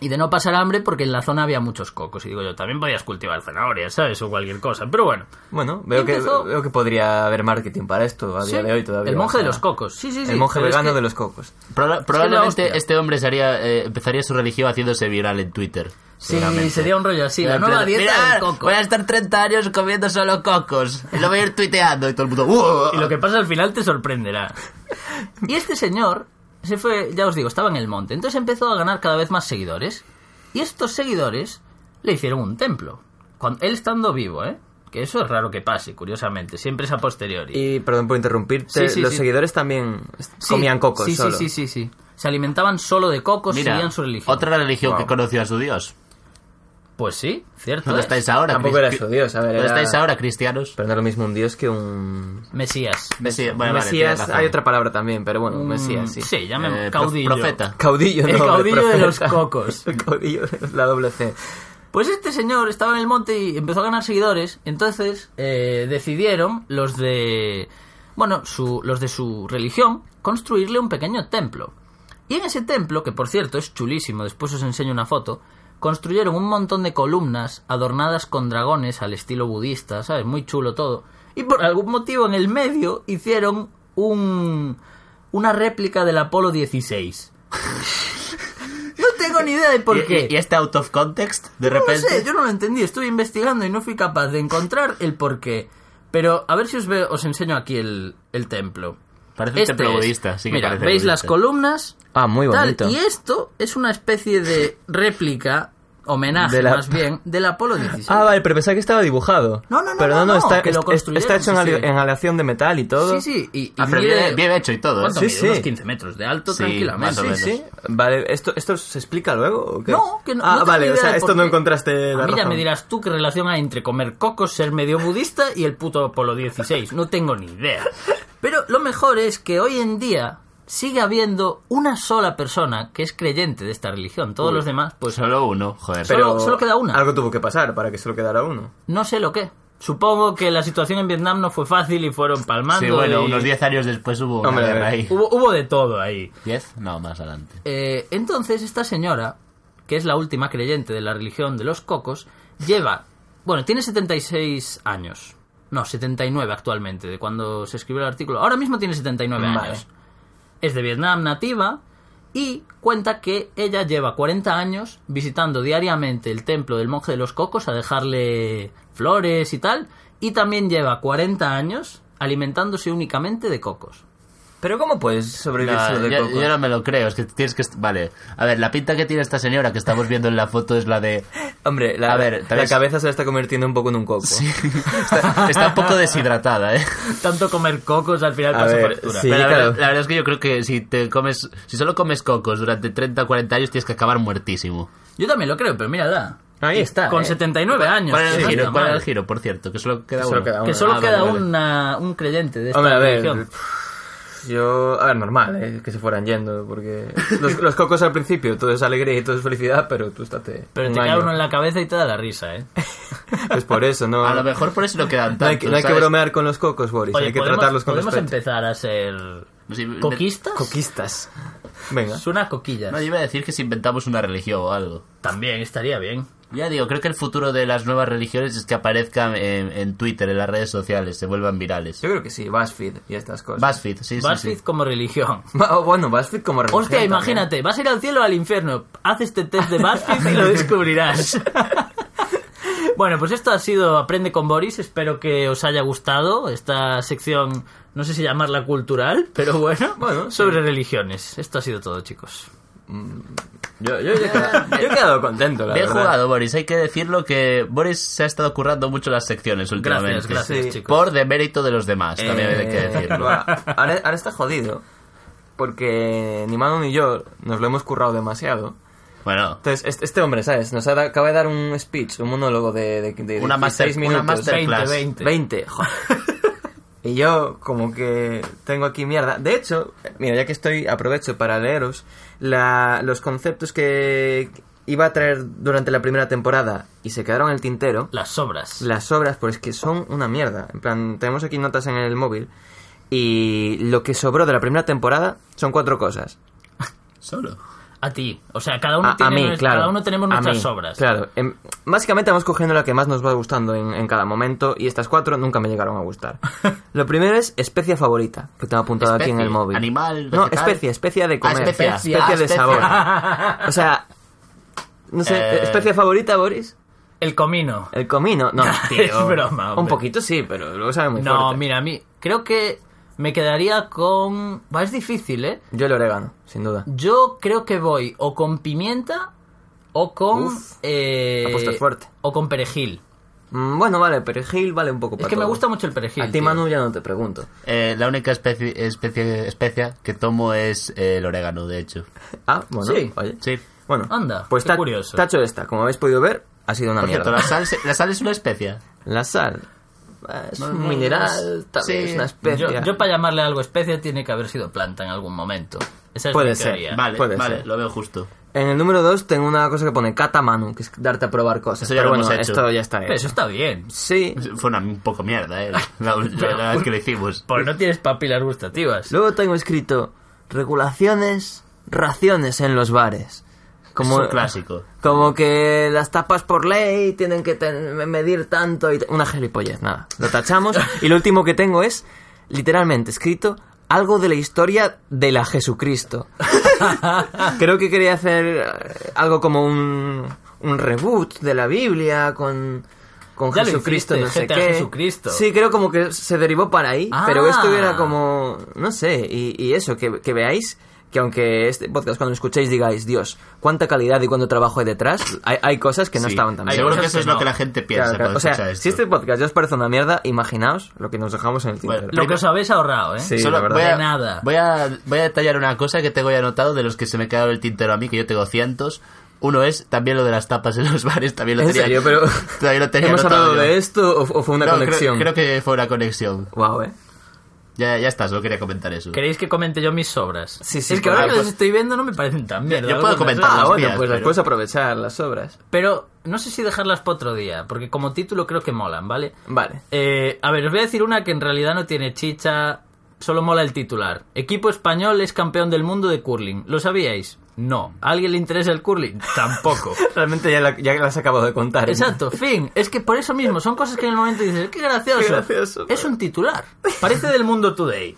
Speaker 1: y de no pasar hambre porque en la zona había muchos cocos. Y digo yo, también podías cultivar zanahorias, ¿sabes? O cualquier cosa. Pero bueno,
Speaker 3: Bueno, veo que,
Speaker 1: Empezó-
Speaker 3: veo que podría haber marketing para esto a día
Speaker 1: Sí,
Speaker 3: de hoy todavía.
Speaker 1: El monje
Speaker 3: O sea,
Speaker 1: de los cocos. Sí, sí, sí.
Speaker 3: El monje
Speaker 1: pero es
Speaker 3: vegano
Speaker 1: que-
Speaker 3: de los cocos.
Speaker 2: Proba- probablemente
Speaker 1: hostia.
Speaker 2: este hombre se haría, eh, empezaría su religión haciéndose viral en Twitter.
Speaker 1: Sí,
Speaker 2: seguramente.
Speaker 1: sería un rollo así.
Speaker 2: Mira,
Speaker 1: La
Speaker 2: en
Speaker 1: nueva
Speaker 2: plan,
Speaker 1: dieta
Speaker 2: "Mirad,
Speaker 1: del coco.
Speaker 2: Voy a estar 30 años comiendo solo cocos. Y lo voy a ir tuiteando y todo el mundo. "Uah".
Speaker 1: Y lo que pasa al final te sorprenderá. Y este señor se fue, ya os digo, estaba en el monte. Entonces empezó a ganar cada vez más seguidores. Y estos seguidores le hicieron un templo. Cuando, él estando vivo, ¿eh? Que eso es raro que pase, curiosamente. Siempre es a posteriori.
Speaker 3: Y perdón por interrumpirte,
Speaker 1: Sí, sí,
Speaker 3: los
Speaker 1: sí.
Speaker 3: seguidores también
Speaker 1: Sí,
Speaker 3: comían cocos
Speaker 1: sí,
Speaker 3: solo.
Speaker 1: Sí, sí, sí, sí. Se alimentaban solo de cocos, y
Speaker 2: Mira,
Speaker 1: seguían su religión.
Speaker 2: otra religión
Speaker 3: Wow.
Speaker 2: que conoció a su Dios.
Speaker 1: Pues sí, cierto.
Speaker 2: ¿Dónde
Speaker 1: ¿eh?
Speaker 2: estáis ahora?
Speaker 3: Tampoco
Speaker 2: cristi-
Speaker 3: era su Dios, a ver,
Speaker 2: ¿Dónde
Speaker 3: era-
Speaker 2: estáis ahora, cristianos?
Speaker 3: Pero no es lo mismo un dios que un...
Speaker 1: Mesías.
Speaker 2: Mesí- bueno,
Speaker 3: un
Speaker 2: vale,
Speaker 3: mesías,
Speaker 2: tienes razón.
Speaker 3: hay otra palabra también, pero bueno, mesías, sí.
Speaker 1: Mm, Sí, llame
Speaker 2: Eh, prof-
Speaker 1: caudillo.
Speaker 2: Profeta.
Speaker 3: Caudillo,
Speaker 1: El
Speaker 3: no,
Speaker 1: caudillo de
Speaker 3: profeta. <laughs>
Speaker 1: los cocos.
Speaker 3: El caudillo de la doble C.
Speaker 1: Pues este señor estaba en el monte y empezó a ganar seguidores. Entonces eh, decidieron los de. Bueno, su- los de su religión construirle un pequeño templo. Y en ese templo, que por cierto es chulísimo, después os enseño una foto, construyeron un montón de columnas adornadas con dragones al estilo budista, ¿sabes? Muy chulo todo. Y por algún motivo en el medio hicieron un. una réplica del Apolo 16. <laughs> no tengo ni idea de por
Speaker 2: ¿Y-
Speaker 1: qué.
Speaker 2: ¿Y, y este out of context? De
Speaker 1: No lo
Speaker 2: repente.
Speaker 1: sé, yo no lo entendí, estuve investigando y no fui capaz de encontrar el porqué. Pero a ver si os veo, os enseño aquí el, el templo. Este
Speaker 2: Parece un templo budista, sí que
Speaker 1: Mira,
Speaker 2: parece
Speaker 1: veis
Speaker 2: budista.
Speaker 1: las columnas.
Speaker 3: Ah, muy
Speaker 1: tal,
Speaker 3: bonito.
Speaker 1: y esto es una especie de réplica, homenaje
Speaker 3: De la-
Speaker 1: más bien, del Apolo 16.
Speaker 3: Ah, vale, pero pensaba que estaba dibujado.
Speaker 1: No, no, no,
Speaker 3: Pero
Speaker 1: no,
Speaker 3: no,
Speaker 1: no,
Speaker 3: está,
Speaker 1: que lo
Speaker 3: es-
Speaker 1: construyeron,
Speaker 3: está hecho en,
Speaker 1: sí,
Speaker 3: ale-
Speaker 1: sí.
Speaker 3: en aleación de metal y todo.
Speaker 1: sí, sí, y, y
Speaker 2: Ah, pero
Speaker 1: mide-
Speaker 2: bien, bien hecho y todo. ¿eh?
Speaker 1: ¿cuánto
Speaker 3: Sí,
Speaker 1: mide?
Speaker 3: sí.
Speaker 1: Unos 15 metros de alto,
Speaker 2: Sí,
Speaker 1: tranquilamente.
Speaker 2: más o menos.
Speaker 3: Sí, sí. Vale, ¿esto, ¿esto se explica luego o qué?
Speaker 1: No, que no.
Speaker 3: Ah,
Speaker 1: no tengo
Speaker 3: vale,
Speaker 1: ni
Speaker 3: o
Speaker 1: idea
Speaker 3: sea,
Speaker 1: de
Speaker 3: esto
Speaker 1: por
Speaker 3: no
Speaker 1: qué.
Speaker 3: encontraste la
Speaker 1: A mí ya
Speaker 3: razón.
Speaker 1: me dirás tú qué relación hay entre comer cocos, ser medio budista y el puto Apolo 16. No tengo ni idea. Pero lo mejor es que hoy en día sigue habiendo una sola persona que es creyente de esta religión. Todos los demás, pues
Speaker 2: Solo uno, joder.
Speaker 1: Pero- solo- solo queda una.
Speaker 3: Algo tuvo que pasar para que solo quedara uno.
Speaker 1: no sé lo que. Supongo que la situación en Vietnam no fue fácil y fueron palmando.
Speaker 2: sí, bueno,
Speaker 1: y-
Speaker 2: unos 10 años después hubo una
Speaker 3: Hombre,
Speaker 2: guerra
Speaker 3: a ver.
Speaker 2: ahí.
Speaker 1: Hubo, hubo de todo ahí.
Speaker 2: ¿10? No, más adelante.
Speaker 1: Eh, entonces, esta señora, que es la última creyente de la religión de los cocos, lleva. Bueno, tiene 76 años. No, 79 actualmente, de cuando se escribió el artículo. Ahora mismo tiene 79
Speaker 3: Vale.
Speaker 1: años. Es de Vietnam nativa y cuenta que ella lleva 40 años visitando diariamente el templo del monje de los cocos a dejarle flores y tal. Y también lleva 40 años alimentándose únicamente de cocos. <laughs>
Speaker 3: Pero ¿cómo puedes sobrevivir
Speaker 2: No,
Speaker 3: solo de
Speaker 2: yo,
Speaker 3: cocos?
Speaker 2: yo no me lo creo, es que tienes que... est- Vale, a ver, la pinta que tiene esta señora que estamos viendo en la foto es la de...
Speaker 3: Hombre, la,
Speaker 2: A ver, tal
Speaker 3: la
Speaker 2: vez-
Speaker 3: cabeza se la está convirtiendo un poco en un coco.
Speaker 2: Está, está un poco deshidratada, ¿eh?
Speaker 1: Tanto comer cocos al final
Speaker 3: A
Speaker 1: pasa
Speaker 3: ver,
Speaker 1: factura.
Speaker 3: sí.
Speaker 2: Pero la, verdad-
Speaker 3: claro.
Speaker 2: la verdad es que yo creo que si te comes... Si solo comes cocos durante 30 o 40 años tienes que acabar muertísimo.
Speaker 1: Yo también lo creo, pero mírala.
Speaker 3: Ahí está.
Speaker 1: Con
Speaker 3: eh.
Speaker 1: 79 años.
Speaker 2: ¿Cuál era
Speaker 1: que
Speaker 2: el
Speaker 1: no
Speaker 2: giro?
Speaker 1: está
Speaker 2: ¿Cuál era
Speaker 1: mal.
Speaker 2: el giro, por cierto? Que solo queda
Speaker 3: Solo
Speaker 2: uno.
Speaker 3: queda uno.
Speaker 1: Que solo
Speaker 3: Ah, vale,
Speaker 1: queda
Speaker 3: vale.
Speaker 1: una- un creyente de esta
Speaker 3: Hombre, a ver.
Speaker 1: religión.
Speaker 3: Yo. A ver, normal, eh, que se fueran yendo, porque. Los, los cocos al principio, todo es alegría y todo es felicidad, pero tú estate.
Speaker 1: Pero
Speaker 3: un
Speaker 1: te cae
Speaker 3: año.
Speaker 1: uno en la cabeza y te da la risa, ¿eh.
Speaker 3: Pues por eso,
Speaker 2: <laughs>
Speaker 3: no.
Speaker 2: A lo mejor por eso no quedan tantos,
Speaker 3: No hay, que- no hay que
Speaker 2: ¿sabes?
Speaker 3: bromear con los cocos, Boris.
Speaker 1: Oye,
Speaker 3: hay que
Speaker 1: podemos-
Speaker 3: tratarlos con
Speaker 1: podemos
Speaker 3: respeto.
Speaker 1: empezar a ser
Speaker 2: Sí, me-
Speaker 1: coquistas.
Speaker 3: Coquistas. Venga.
Speaker 1: Suena a coquillas.
Speaker 2: No, yo iba a decir que si inventamos una religión o algo.
Speaker 1: También estaría bien.
Speaker 2: Ya digo, creo que el futuro de las nuevas religiones es que aparezcan en, en Twitter, en las redes sociales, se vuelvan virales.
Speaker 3: Yo creo que sí, BuzzFeed y estas cosas.
Speaker 2: BuzzFeed, sí, sí,
Speaker 1: BuzzFeed
Speaker 2: sí.
Speaker 1: como religión.
Speaker 3: Ba- oh, <laughs> bueno, BuzzFeed como religión.
Speaker 1: Hostia,
Speaker 3: también.
Speaker 1: imagínate, vas a ir al cielo o al infierno. Haz este test de BuzzFeed y
Speaker 3: <laughs>
Speaker 1: lo descubrirás. <laughs> bueno, pues esto ha sido Aprende con Boris. Espero que os haya gustado esta sección, no sé si llamarla cultural, pero bueno,
Speaker 3: <laughs> Bueno, sí.
Speaker 1: sobre religiones. Esto ha sido todo, chicos.
Speaker 3: Yo, yo- yo he quedado- yo he quedado contento, la
Speaker 2: Bien
Speaker 3: verdad.
Speaker 2: jugado, Boris. Hay que decirlo que Boris se ha estado currando mucho las secciones últimamente.
Speaker 1: Gracias, gracias,
Speaker 3: Sí.
Speaker 1: chicos.
Speaker 2: Por demérito de los demás, también hay que
Speaker 3: Eh,
Speaker 2: decirlo.
Speaker 3: va, <laughs> Ahora, ahora está jodido. Porque ni Manu ni yo nos lo hemos currado demasiado.
Speaker 2: Bueno,
Speaker 3: Entonces, este, este hombre, ¿sabes? Nos ha da- acaba de dar un speech, un monólogo de, de, de
Speaker 2: Una master-
Speaker 3: 16
Speaker 2: una
Speaker 3: minutos.
Speaker 2: master-
Speaker 1: 20,
Speaker 2: Masterclass.
Speaker 1: 20.
Speaker 3: 20,
Speaker 2: <laughs>
Speaker 3: joder. Y yo como que tengo aquí mierda. De hecho, mira, ya que estoy, aprovecho para leeros la- los conceptos que iba a traer durante la primera temporada y se quedaron en el tintero.
Speaker 1: Las sobras.
Speaker 3: Las obras, pues que son una mierda. En plan, tenemos aquí notas en el móvil y lo que sobró de la primera temporada son cuatro cosas.
Speaker 2: solo.
Speaker 1: A ti. O sea, cada uno,
Speaker 3: A, a
Speaker 1: tiene
Speaker 3: mí,
Speaker 1: nues-
Speaker 3: claro.
Speaker 1: cada uno tenemos
Speaker 3: a
Speaker 1: nuestras
Speaker 3: mí,
Speaker 1: sobras.
Speaker 3: Claro. Em, básicamente vamos cogiendo la que más nos va gustando en, en cada momento y estas cuatro nunca me llegaron
Speaker 1: <laughs>
Speaker 3: a gustar. lo primero es especia favorita, que tengo apuntado aquí en
Speaker 2: Especie,
Speaker 3: el móvil.
Speaker 2: animal,
Speaker 3: No,
Speaker 2: vegetal.
Speaker 1: Ah,
Speaker 3: especia, especia de comer.
Speaker 2: especia,
Speaker 3: especia
Speaker 2: ah,
Speaker 3: de
Speaker 2: especia.
Speaker 3: sabor. o sea, No sé,
Speaker 2: Eh,
Speaker 3: ¿especia favorita, Boris?
Speaker 1: El
Speaker 3: <laughs>
Speaker 1: comino.
Speaker 3: El comino.
Speaker 1: <laughs>
Speaker 3: No, tío.
Speaker 1: Es broma, hombre.
Speaker 3: Un poquito sí, pero luego sabe muy
Speaker 1: No,
Speaker 3: fuerte.
Speaker 1: mira, a mí creo que me quedaría con... Va, es difícil, ¿eh?
Speaker 3: Yo el orégano, sin duda.
Speaker 1: Yo creo que voy o con pimienta o con...
Speaker 3: Uf,
Speaker 1: eh,
Speaker 3: apuestas fuerte.
Speaker 1: O con perejil.
Speaker 3: Mm, bueno, vale, perejil vale un poco para
Speaker 1: es que me
Speaker 3: todo.
Speaker 1: gusta mucho el perejil.
Speaker 3: A ti,
Speaker 1: tío.
Speaker 3: Manu, ya no te pregunto.
Speaker 2: Eh, la única especie, especie, especia que tomo es eh, el orégano, de hecho.
Speaker 3: Ah, bueno,
Speaker 1: Sí.
Speaker 3: oye.
Speaker 2: Sí.
Speaker 3: Bueno,
Speaker 1: Anda,
Speaker 3: pues
Speaker 1: qué
Speaker 3: ta-
Speaker 1: curioso.
Speaker 3: tacho esta. Como habéis podido ver, ha sido una
Speaker 2: Por
Speaker 3: Ah, mierda.
Speaker 2: cierto, la sal, se- la sal es una especia.
Speaker 3: La sal. eh, Es un
Speaker 2: no,
Speaker 3: mineral,
Speaker 2: es-
Speaker 3: tal
Speaker 2: sí.
Speaker 3: vez,
Speaker 1: Yo,
Speaker 3: una especia.
Speaker 1: para llamarle algo especia tiene que haber sido planta en algún momento. Esa es
Speaker 3: Puede
Speaker 1: mi
Speaker 3: ser,
Speaker 1: teoría.
Speaker 2: Vale,
Speaker 3: Puede
Speaker 2: vale,
Speaker 3: ser.
Speaker 2: lo veo justo.
Speaker 3: En el número 2 tengo una cosa que pone cata manu, que es darte a probar cosas.
Speaker 2: Eso ya lo
Speaker 3: Pero bueno,
Speaker 2: hemos hecho.
Speaker 3: esto ya está
Speaker 1: Pero
Speaker 3: hecho.
Speaker 1: eso está bien.
Speaker 3: Sí.
Speaker 2: Fue una un poco mierda,
Speaker 1: <laughs>
Speaker 2: eh, la, la- la verdad es que lo hicimos.
Speaker 1: Porque Pues no tienes papilas gustativas.
Speaker 3: Luego tengo escrito regulaciones, raciones en los bares.
Speaker 2: Es un clásico.
Speaker 3: Como que las tapas por ley tienen que ten- medir tanto y t- una gilipollez, nada. Lo tachamos y lo último que tengo es literalmente escrito algo de la historia de la Jesucristo. Creo que quería hacer eh, algo como un, un reboot de la Biblia con con
Speaker 1: Ya lo
Speaker 3: Jesucristo,
Speaker 1: hiciste,
Speaker 3: no sé
Speaker 1: GTA
Speaker 3: qué.
Speaker 1: Jesucristo.
Speaker 3: Sí, creo como que se derivó para ahí,
Speaker 1: Ah.
Speaker 3: pero esto era como, no sé, y, y eso, que, que veáis que aunque este podcast cuando lo escuchéis digáis, Dios, cuánta calidad y cuánto trabajo hay detrás, hay, hay cosas que no
Speaker 2: Sí.
Speaker 3: estaban tan
Speaker 1: hay
Speaker 3: bien.
Speaker 2: Seguro
Speaker 1: cosas
Speaker 2: que eso
Speaker 1: que
Speaker 2: es lo
Speaker 1: no.
Speaker 2: que la gente
Speaker 3: Claro,
Speaker 2: piensa
Speaker 3: claro.
Speaker 2: cuando
Speaker 3: O sea,
Speaker 2: escucha esto.
Speaker 3: si este podcast ya os parece una mierda, imaginaos lo que nos dejamos en el Tinder.
Speaker 2: Bueno,
Speaker 1: Lo que os habéis ahorrado, ¿eh?
Speaker 3: Sí. la
Speaker 2: Solo
Speaker 3: verdad.
Speaker 2: voy a,
Speaker 1: De nada.
Speaker 2: Voy a, voy a detallar una cosa que tengo ya anotado de los que se me quedaron el tintero a mí, que yo tengo cientos. Uno es también lo de las tapas en los bares, también lo
Speaker 3: En
Speaker 2: tenía.
Speaker 3: serio,
Speaker 2: <laughs>
Speaker 3: pero
Speaker 2: también lo tenía
Speaker 3: ¿Hemos
Speaker 2: anotado
Speaker 3: hablado
Speaker 2: yo.
Speaker 3: de esto o, o fue una
Speaker 2: No, creo-
Speaker 3: conexión?
Speaker 2: Creo, que fue una conexión.
Speaker 3: Wow, eh.
Speaker 2: Ya, ya está, solo quería comentar eso.
Speaker 1: ¿Queréis que comente yo mis sobras?
Speaker 3: Sí, sí,
Speaker 1: es que
Speaker 3: por
Speaker 1: ahora
Speaker 2: favor,
Speaker 1: que las
Speaker 2: pues-
Speaker 1: estoy viendo no me parecen tan mierda.
Speaker 2: yo puedo
Speaker 1: algunas,
Speaker 2: comentar.
Speaker 1: ¿eh?
Speaker 3: Ah,
Speaker 2: Los
Speaker 3: bueno,
Speaker 2: días,
Speaker 3: pues las
Speaker 2: pero-
Speaker 3: puedes aprovechar, las obras.
Speaker 1: Pero no sé si dejarlas para otro día, porque como título creo que molan, ¿vale?
Speaker 3: Vale. <laughs>
Speaker 1: Eh, a ver, os voy a decir una que en realidad no tiene chicha, solo mola el titular. Equipo español es campeón del mundo de curling. ¿Lo sabíais? No. ¿A alguien le interesa el curling?
Speaker 3: <laughs>
Speaker 1: Tampoco.
Speaker 3: Realmente ya, la- ya las acabo de contar. ¿eh?
Speaker 1: Exacto, fin. Es que por eso mismo, son cosas que en el momento dices, qué gracioso.
Speaker 3: Qué gracioso,
Speaker 1: es un titular. Parece del mundo today.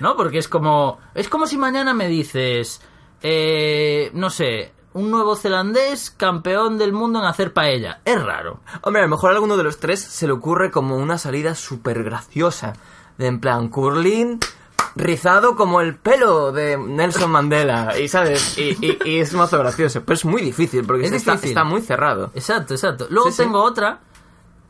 Speaker 1: ¿No? Porque es como. Es como si mañana me dices. eh, no sé. Un nuevo zelandés campeón del mundo en hacer paella. Es raro.
Speaker 3: Hombre, a lo mejor a alguno de los tres se le ocurre como una salida súper graciosa. De en plan, curling rizado como el pelo de Nelson Mandela. Y sabes, y, y- y es mazo gracioso. Pero es muy difícil porque
Speaker 1: Es
Speaker 3: está,
Speaker 1: difícil.
Speaker 3: está muy cerrado.
Speaker 1: Exacto, exacto. Luego
Speaker 3: Sí, sí.
Speaker 1: tengo otra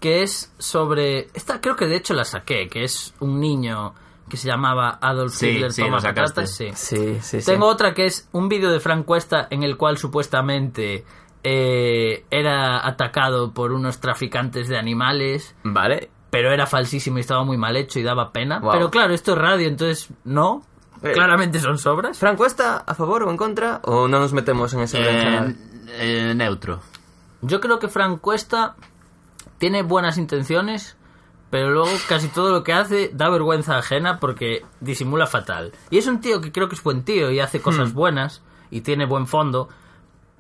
Speaker 1: que es sobre. Esta creo que de hecho la saqué, que es un niño que se llamaba Adolf
Speaker 2: Sí,
Speaker 1: Hitler
Speaker 2: sí,
Speaker 1: toma
Speaker 2: lo sacaste.
Speaker 1: patatas, sí.
Speaker 3: Sí, sí, sí.
Speaker 1: Tengo otra que es un vídeo de Frank Cuesta en el cual supuestamente eh, era atacado por unos traficantes de animales,
Speaker 3: Vale.
Speaker 1: pero era falsísimo y estaba muy mal hecho y daba pena.
Speaker 3: Wow.
Speaker 1: Pero claro, esto es radio, entonces no.
Speaker 3: Eh.
Speaker 1: Claramente son sobras.
Speaker 3: ¿Frank Cuesta a favor o en contra? ¿O no nos metemos en ese
Speaker 2: Eh,
Speaker 3: berenjenal?
Speaker 2: eh, neutro.
Speaker 1: Yo creo que Frank Cuesta tiene buenas intenciones, pero luego casi todo lo que hace da vergüenza ajena porque disimula fatal. Y es un tío que creo que es buen tío y hace cosas buenas y tiene buen fondo,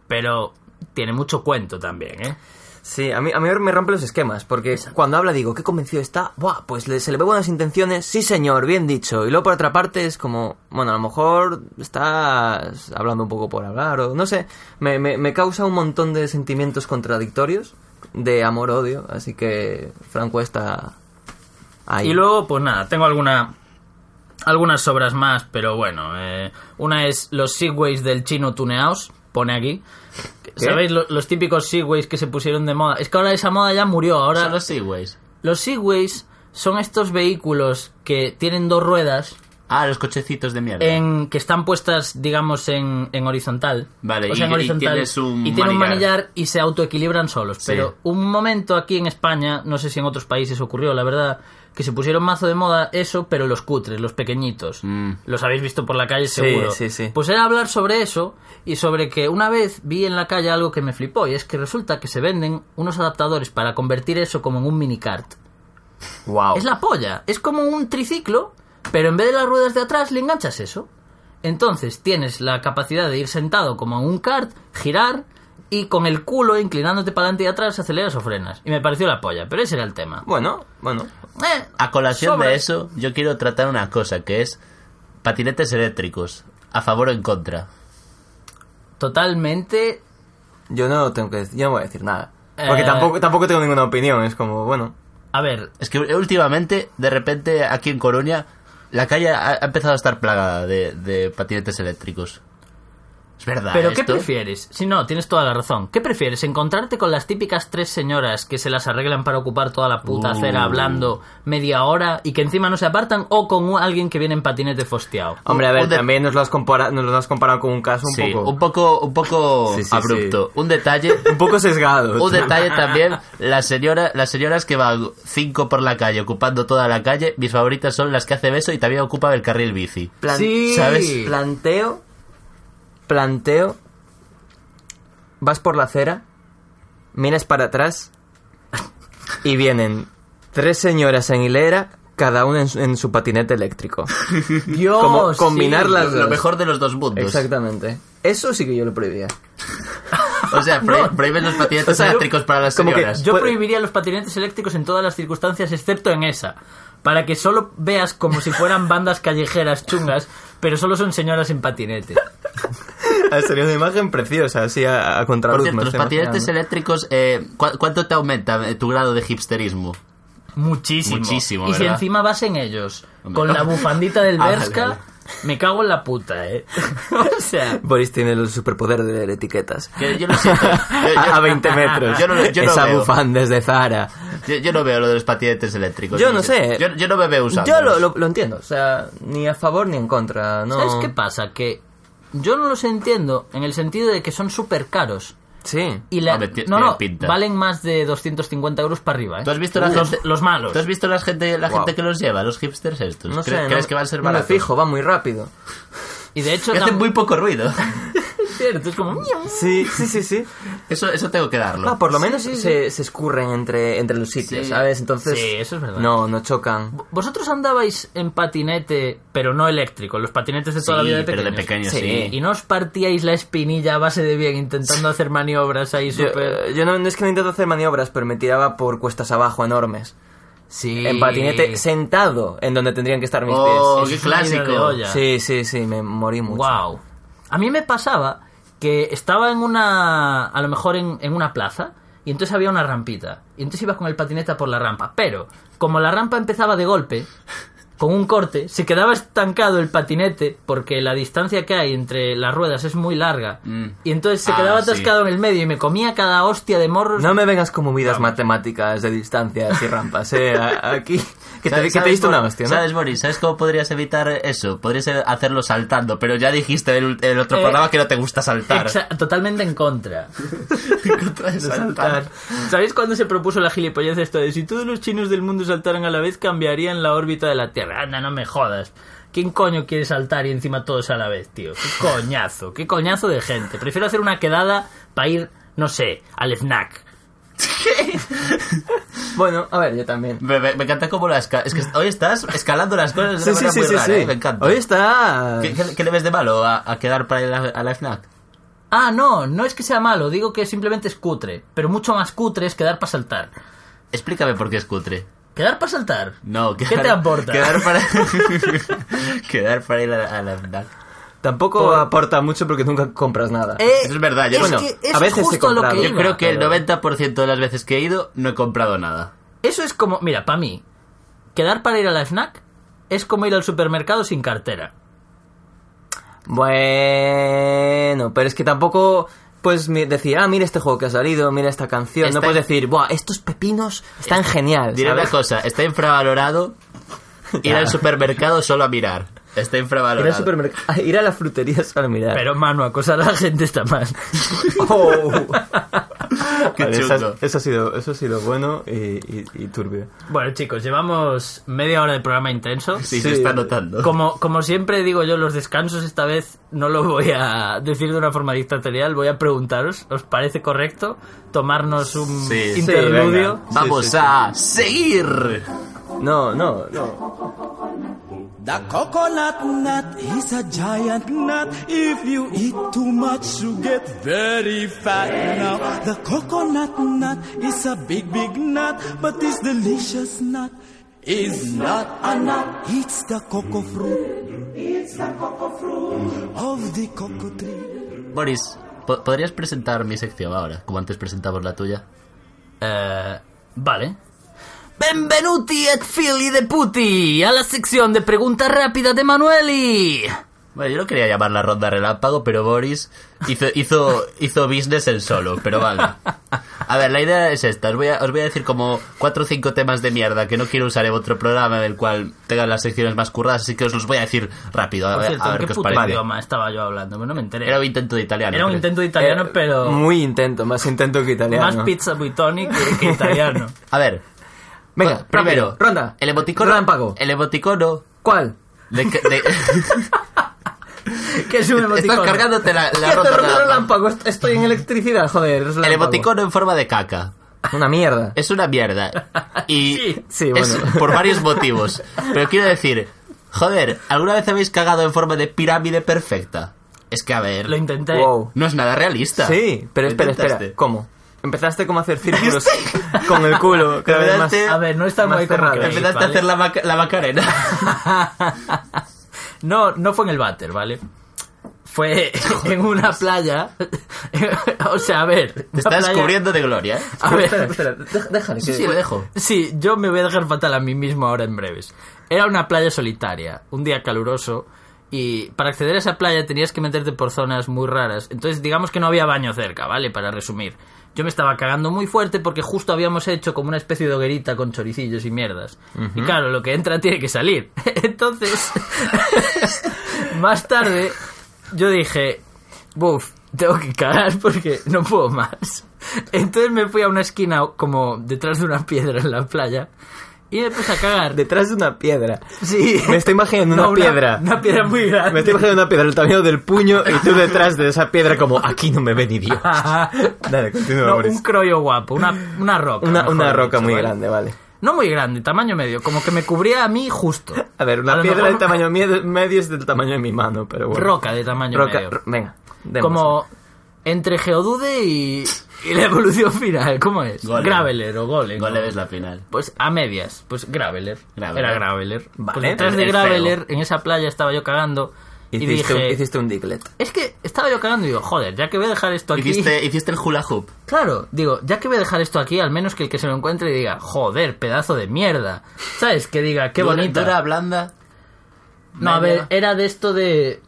Speaker 1: pero tiene mucho cuento también, ¿eh?
Speaker 3: Sí, a mí, a mí me rompe los esquemas, porque cuando habla digo, qué convencido está, Buah, pues le- se le ve buenas intenciones, sí señor, bien dicho. Y luego por otra parte es como, bueno, a lo mejor estás hablando un poco por hablar, o no sé, me, me, me causa un montón de sentimientos contradictorios, de amor-odio, así que Franco está ahí.
Speaker 1: Y luego, pues nada, tengo alguna algunas sobras más, pero bueno. eh, una es los Segways del chino tuneados, pone aquí. ¿Sabéis lo- los típicos Segways que se pusieron de moda? Es que ahora esa moda ya murió, ahora...
Speaker 2: Son los Segways.
Speaker 1: Los Segways son estos vehículos que tienen dos ruedas
Speaker 2: Ah, los cochecitos de mierda.
Speaker 1: en, que están puestas, digamos, en, en horizontal.
Speaker 2: Vale,
Speaker 1: O sea,
Speaker 2: y-
Speaker 1: en
Speaker 2: y
Speaker 1: horizontal.
Speaker 2: tienes un
Speaker 1: y tienen un
Speaker 2: manillar.
Speaker 1: manillar y se autoequilibran solos. Pero un momento aquí en España, no sé si en otros países ocurrió, la verdad, que se pusieron mazo de moda eso, pero los cutres, los pequeñitos.
Speaker 2: Mm.
Speaker 1: Los habéis visto por la calle
Speaker 3: Sí,
Speaker 1: seguro.
Speaker 3: sí, sí.
Speaker 1: Pues era hablar sobre eso y sobre que una vez vi en la calle algo que me flipó y es que resulta que se venden unos adaptadores para convertir eso como en un minicart.
Speaker 3: wow.
Speaker 1: Es la polla. Es como un triciclo, pero en vez de las ruedas de atrás le enganchas eso. Entonces tienes la capacidad de ir sentado como en un kart, girar y con el culo inclinándote para adelante y atrás aceleras o frenas. Y me pareció la polla, pero ese era el tema.
Speaker 3: Bueno, bueno.
Speaker 1: Eh,
Speaker 2: A colación
Speaker 1: sobra.
Speaker 2: de eso, yo quiero tratar una cosa, que es patinetes eléctricos. ¿A favor o en contra?
Speaker 1: Totalmente
Speaker 3: Yo no tengo que decir, yo no voy a decir nada. Porque
Speaker 1: Eh.
Speaker 3: tampoco, tampoco tengo ninguna opinión, es como, bueno.
Speaker 1: A ver,
Speaker 2: Es que últimamente, de repente, aquí en Coruña, la calle ha, ha empezado a estar plagada de, de patinetes eléctricos. Es verdad.
Speaker 1: ¿Pero qué
Speaker 2: esto.
Speaker 1: prefieres? Si no, tienes toda la razón. ¿Qué prefieres? ¿Encontrarte con las típicas tres señoras que se las arreglan para ocupar toda la puta
Speaker 2: Uh.
Speaker 1: acera hablando media hora y que encima no se apartan? ¿O con un- alguien que viene en patinete fosteado?
Speaker 3: Hombre, a
Speaker 2: Un-
Speaker 3: ver,
Speaker 2: un de-
Speaker 3: también nos lo, has compara- nos lo has comparado con un caso un
Speaker 2: Sí,
Speaker 3: poco.
Speaker 2: un poco, un poco
Speaker 3: Sí, sí,
Speaker 2: abrupto. Un
Speaker 3: <laughs>
Speaker 2: detalle.
Speaker 3: un poco sesgado.
Speaker 2: Un
Speaker 3: <laughs>
Speaker 2: detalle también, la señora, las señoras que van cinco por la calle ocupando toda la calle, mis favoritas son las que hace beso y también ocupan el carril bici.
Speaker 3: Plan-
Speaker 1: Sí.
Speaker 3: ¿Sabes? Planteo. Planteo. Vas por la acera. Miras para atrás. Y vienen tres señoras en hilera. Cada una en su, en su patinete <laughs> eléctrico.
Speaker 1: Dios,
Speaker 3: Como
Speaker 1: sí.
Speaker 3: combinar las
Speaker 2: Lo
Speaker 3: dos.
Speaker 2: mejor de los dos mundos.
Speaker 3: Exactamente. Eso sí que yo lo prohibía.
Speaker 2: O
Speaker 3: <laughs>
Speaker 2: sea, pro- prohíben los patinetes
Speaker 3: O sea,
Speaker 2: eléctricos para las
Speaker 3: como que
Speaker 2: señoras.
Speaker 1: Yo
Speaker 3: Puede-
Speaker 1: prohibiría los patinetes eléctricos en todas las circunstancias, excepto en esa. Para que solo veas como si fueran bandas callejeras chungas, pero solo son señoras en patinete.
Speaker 3: Sería una imagen preciosa, así a, a
Speaker 2: Por
Speaker 3: contraluz.
Speaker 2: cierto,
Speaker 3: me
Speaker 2: los
Speaker 3: estoy
Speaker 2: patinetes
Speaker 3: imaginando.
Speaker 2: eléctricos, eh, ¿cu- ¿cuánto te aumenta eh, tu grado de hipsterismo?
Speaker 1: Muchísimo.
Speaker 2: Muchísimo,
Speaker 1: Y si
Speaker 2: ¿verdad?
Speaker 1: encima vas en ellos,
Speaker 2: Hombre.
Speaker 1: con la
Speaker 2: <laughs>
Speaker 1: bufandita del
Speaker 2: Ah, vale,
Speaker 1: Berska,
Speaker 2: vale.
Speaker 1: me cago en la puta, ¿eh? <laughs> o sea,
Speaker 3: Boris tiene el superpoder de leer etiquetas.
Speaker 2: Que yo lo
Speaker 3: <laughs>
Speaker 2: siento. Yo- yo-
Speaker 3: a 20 metros.
Speaker 2: Yo no, lo- yo no
Speaker 3: Esa
Speaker 2: veo.
Speaker 3: bufanda es de Zara.
Speaker 2: Yo, yo no veo lo de los patinetes eléctricos.
Speaker 3: Yo no sé.
Speaker 2: Yo, yo no me veo usando.
Speaker 3: Yo lo, lo- lo entiendo, o sea, ni a favor ni en contra, no.
Speaker 1: ¿sabes qué pasa? Que yo no los entiendo en el sentido de que son súper caros.
Speaker 3: Sí.
Speaker 1: Y la-
Speaker 2: Hombre, ti-
Speaker 1: no,
Speaker 2: tiene
Speaker 1: no,
Speaker 2: pinta.
Speaker 1: valen más de 250 euros para arriba, ¿eh?
Speaker 2: ¿Tú has visto la
Speaker 1: los,
Speaker 2: gente-
Speaker 1: los malos.
Speaker 2: ¿Tú has visto la gente, la
Speaker 3: Wow.
Speaker 2: gente que los lleva, los hipsters estos?
Speaker 3: No
Speaker 2: Pues ¿Cre-
Speaker 3: sé, no-
Speaker 2: ¿Crees que van a ser
Speaker 3: no me
Speaker 2: baratos?
Speaker 3: fijo, va muy rápido.
Speaker 1: Y de hecho...
Speaker 2: <laughs> Que hacen
Speaker 1: tam-
Speaker 2: muy poco ruido. <laughs>
Speaker 1: Es cierto, es como...
Speaker 3: Sí, sí, sí, <laughs> sí.
Speaker 2: Eso, eso tengo que darlo.
Speaker 3: No, Ah, por lo menos se, se escurren entre, entre los sitios,
Speaker 2: Sí.
Speaker 3: ¿sabes? Entonces.
Speaker 1: Sí, eso es verdad.
Speaker 3: No, no chocan.
Speaker 1: Vosotros andabais en patinete, pero no eléctrico, los patinetes de toda la
Speaker 2: Sí,
Speaker 1: vida de
Speaker 2: pero
Speaker 1: pequeños.
Speaker 2: de pequeño sí.
Speaker 3: Sí.
Speaker 1: Y no os partíais la espinilla a base de bien intentando hacer maniobras ahí
Speaker 3: Yo,
Speaker 1: súper...
Speaker 3: eh, yo no, no es que no intento hacer maniobras, pero me tiraba por cuestas abajo enormes.
Speaker 1: Sí.
Speaker 3: En patinete, sentado, en donde tendrían que estar mis
Speaker 2: Oh,
Speaker 1: es
Speaker 2: qué
Speaker 1: una vida de
Speaker 2: clásico.
Speaker 1: olla.
Speaker 3: pies. Sí, sí, sí, me morí mucho.
Speaker 1: Wow. A mí me pasaba que estaba en una, a lo mejor en, en una plaza, y entonces había una rampita, y entonces ibas con el patineta por la rampa, pero como la rampa empezaba de golpe, con un corte, se quedaba estancado el patinete, porque la distancia que hay entre las ruedas es muy larga,
Speaker 2: Mm.
Speaker 1: y entonces se
Speaker 2: Ah,
Speaker 1: quedaba
Speaker 2: sí.
Speaker 1: atascado en el medio y me comía cada hostia de morros.
Speaker 3: No me vengas con movidas matemáticas de distancias y rampas, eh. A- Aquí. Que te,
Speaker 2: ¿Sabes-
Speaker 3: que te
Speaker 2: sabes,
Speaker 3: diste una
Speaker 2: Bor-
Speaker 3: hostia, ¿no?
Speaker 2: ¿Sabes, Boris? ¿Sabes cómo podrías evitar eso? Podrías eh, hacerlo saltando, pero ya dijiste en el, el otro
Speaker 1: Eh,
Speaker 2: programa que no te gusta
Speaker 3: <laughs>
Speaker 2: saltar.
Speaker 1: Exa- totalmente en contra.
Speaker 2: Contra de saltar.
Speaker 1: ¿Sabéis cuándo se propuso la gilipollez esto de si todos los chinos del mundo saltaran a la vez cambiarían la órbita de la Tierra? Anda, no me jodas. ¿Quién coño quiere saltar y encima todos a la vez, tío? Qué coñazo, qué coñazo de gente. Prefiero hacer una quedada para ir, no sé, al snack.
Speaker 3: Bueno, a ver, yo también.
Speaker 2: Me, me- me encanta cómo la esca- Es que hoy estás escalando las cosas de una manera muy rara, ¿eh? Me encanta.
Speaker 3: Hoy está.
Speaker 2: ¿Qué, qué, qué le ves de malo a, a quedar para ir a la, a la FNAC?
Speaker 1: Ah, no, no es que sea malo, digo que simplemente es cutre. Pero mucho más cutre es quedar para saltar.
Speaker 2: Explícame por qué es cutre.
Speaker 1: ¿Quedar para saltar?
Speaker 2: No,
Speaker 1: ¿Qué
Speaker 2: quedar,
Speaker 1: te aporta?
Speaker 2: Quedar para, <laughs> quedar para ir a, a la FNAC.
Speaker 3: Tampoco aporta mucho porque nunca compras nada.
Speaker 1: Eh,
Speaker 2: Eso es verdad, yo- bueno,
Speaker 1: que
Speaker 3: a veces
Speaker 1: justo
Speaker 3: he comprado.
Speaker 1: lo que
Speaker 2: Yo
Speaker 1: iba.
Speaker 2: creo que el
Speaker 3: pero-
Speaker 2: 90% de las veces que he ido no he comprado nada.
Speaker 1: Eso es como, mira, para mí, quedar para ir a la snack es como ir al supermercado sin cartera.
Speaker 3: Bueno, pero es que tampoco puedes mi- decir, ah, mira este juego que ha salido, mira esta canción.
Speaker 2: Está-
Speaker 3: No puedes decir, buah, estos pepinos están genial.
Speaker 2: Diré una
Speaker 3: ¿sabes?
Speaker 2: cosa, está infravalorado ir
Speaker 3: <laughs>
Speaker 2: al supermercado solo a mirar. Está
Speaker 3: Ir al
Speaker 2: infravalorado.
Speaker 3: supermercado, <laughs> ir a la frutería solo a mirar.
Speaker 1: Pero, mano, acosar a la gente está mal.
Speaker 3: <laughs>
Speaker 1: <laughs>
Speaker 3: Oh.
Speaker 2: Qué
Speaker 3: Vale, esa-
Speaker 2: chungo.
Speaker 3: eso ha sido, eso ha sido bueno y, y- y turbio.
Speaker 1: bueno, chicos, llevamos media hora de programa intenso.
Speaker 2: Sí, se
Speaker 3: Sí.
Speaker 2: está notando.
Speaker 1: Como, como siempre digo yo, los descansos esta vez no lo voy a decir de una forma dictatorial. Voy a preguntaros, ¿os parece correcto tomarnos un
Speaker 2: Sí. Sí,
Speaker 1: interludio?
Speaker 3: venga.
Speaker 2: Vamos
Speaker 3: Sí, sí,
Speaker 2: a seguir.
Speaker 3: No, no, no.
Speaker 4: The coconut nut is a giant nut. If you eat too much, you get very fat now. The coconut nut is a big, big nut, but this delicious nut is not a nut. It's the cocoa fruit. It's the cocoa fruit of the cocoa tree.
Speaker 2: Boris, po- ¿Podrías presentar mi sección ahora, como antes presentamos la tuya?
Speaker 1: Eh, vale. Benvenuti et fili de puti a la sección de preguntas rápidas de Manueli.
Speaker 2: Bueno, yo no quería llamar la ronda relámpago, pero Boris hizo, <laughs> hizo, hizo business el solo, pero vale. A ver, la idea es esta. Os voy a, os voy a decir como cuatro o cinco temas de mierda que no quiero usar en otro programa en el cual tengan las secciones más curradas, así que os los voy a decir rápido, a,
Speaker 1: Por
Speaker 2: ver-
Speaker 1: cierto,
Speaker 2: a
Speaker 1: ¿en
Speaker 2: ver
Speaker 1: qué
Speaker 2: qué os
Speaker 1: puto
Speaker 2: parece.
Speaker 1: idioma estaba yo hablando? No me enteré.
Speaker 2: Era un intento de italiano.
Speaker 1: Era un
Speaker 2: creo.
Speaker 1: intento italiano,
Speaker 3: Eh,
Speaker 1: pero
Speaker 3: Muy intento, más intento que italiano.
Speaker 1: más pizza buitoni que, que
Speaker 3: <laughs>
Speaker 1: italiano.
Speaker 2: A ver,
Speaker 3: Venga,
Speaker 2: pa- primero,
Speaker 3: primero, ronda.
Speaker 2: El emoticono.
Speaker 3: Relámpago.
Speaker 2: El emoticono.
Speaker 3: ¿Cuál?
Speaker 2: De, que-
Speaker 1: <laughs>
Speaker 2: de-
Speaker 1: que es un
Speaker 2: estás
Speaker 1: emoticono.
Speaker 2: cargándote la, la ronda
Speaker 3: ¿Qué te ronda
Speaker 2: relámpago.
Speaker 3: relámpago? Est- Estoy en electricidad, joder. es
Speaker 2: El
Speaker 3: relámpago.
Speaker 2: emoticono en forma de caca.
Speaker 3: Una mierda.
Speaker 1: <laughs>
Speaker 2: Es una mierda. Y
Speaker 1: Sí,
Speaker 3: sí,
Speaker 2: es
Speaker 3: bueno.
Speaker 2: por varios motivos. Pero quiero decir, joder, ¿alguna vez habéis cagado en forma de pirámide perfecta? Es que a ver,
Speaker 1: Lo intenté.
Speaker 3: Wow.
Speaker 2: no es nada realista.
Speaker 3: Sí, pero
Speaker 2: Lo
Speaker 3: espera, espera.
Speaker 2: intentaste.
Speaker 3: ¿Cómo? Empezaste como a hacer
Speaker 1: <laughs>
Speaker 3: círculos con el culo. Cada vez más.
Speaker 2: Empezaste-
Speaker 1: A ver, no está
Speaker 3: Más
Speaker 1: muy como
Speaker 3: cerrado.
Speaker 1: creéis,
Speaker 2: Empezaste a
Speaker 1: ¿vale?
Speaker 2: hacer la, maca- la macarena.
Speaker 1: <laughs> No, no fue en el váter, ¿vale?
Speaker 2: <laughs>
Speaker 1: Fue en una playa. <laughs> o sea, a ver.
Speaker 2: Te
Speaker 1: una
Speaker 2: estás
Speaker 1: playa-
Speaker 2: cubriendo de gloria. ¿eh?
Speaker 1: A
Speaker 3: Espera, <laughs>
Speaker 1: ver,
Speaker 3: espera, dej- déjale.
Speaker 2: Sí,
Speaker 3: que-
Speaker 2: sí, lo dejo.
Speaker 1: Sí, yo me voy a dejar fatal a mí mismo ahora en breves. Era una playa solitaria, un día caluroso, y para acceder a esa playa tenías que meterte por zonas muy raras. Entonces, digamos que no había baño cerca, ¿vale? Para resumir. Yo me estaba cagando muy fuerte porque justo habíamos hecho como una especie de hoguerita con choricillos y mierdas. Y claro, lo que entra tiene que salir. <laughs> Entonces, más tarde, yo dije, Buf, tengo que cagar porque no puedo más. Entonces me fui a una esquina como detrás de una piedra en la playa y me puse a cagar.
Speaker 3: Detrás de
Speaker 1: <laughs>
Speaker 3: una piedra.
Speaker 1: Sí.
Speaker 3: Me estoy imaginando
Speaker 1: No,
Speaker 3: una piedra.
Speaker 1: Una piedra muy
Speaker 3: Me estoy
Speaker 1: grande.
Speaker 3: imaginando una piedra del tamaño del puño y tú detrás de esa piedra como aquí no me ve ni Dios. Dale, continúa,
Speaker 1: No,
Speaker 3: Boris.
Speaker 1: un croyo guapo, una, una roca.
Speaker 3: Una,
Speaker 1: mejor
Speaker 3: una roca
Speaker 1: dicho,
Speaker 3: muy
Speaker 1: ¿vale?
Speaker 3: grande, vale.
Speaker 1: No muy grande, tamaño medio, como que me cubría a mí justo.
Speaker 3: A ver, una
Speaker 1: lo
Speaker 3: piedra
Speaker 1: mejor-
Speaker 3: del tamaño mie- medio es del tamaño de mi mano, pero bueno.
Speaker 1: Roca de tamaño
Speaker 3: Roca-
Speaker 1: medio.
Speaker 3: ro- venga. démosle.
Speaker 1: como entre Geodude y, y la evolución final, ¿cómo es?
Speaker 2: Golem.
Speaker 1: Graveler o Golem.
Speaker 2: No
Speaker 1: ¿no?
Speaker 2: le ves la final.
Speaker 1: Pues a medias, pues Graveler.
Speaker 2: Graveler.
Speaker 1: Era Graveler.
Speaker 3: Vale,
Speaker 1: pues detrás
Speaker 2: el-
Speaker 1: de
Speaker 2: el
Speaker 1: Graveler, en esa playa estaba yo cagando. Y,
Speaker 3: Hiciste, un,
Speaker 1: dije.
Speaker 3: hiciste un diglet.
Speaker 1: Es que estaba yo cagando y digo, joder, ya que voy a dejar esto aquí.
Speaker 2: Hiciste, hiciste el hula hoop.
Speaker 1: Claro, digo, ya que voy a dejar esto aquí, al menos que el que se lo encuentre diga, joder, pedazo de mierda. ¿Sabes? Que diga, qué
Speaker 2: Dura-
Speaker 1: bonita.
Speaker 2: Dura, blanda.
Speaker 1: No, a ver, era de esto de.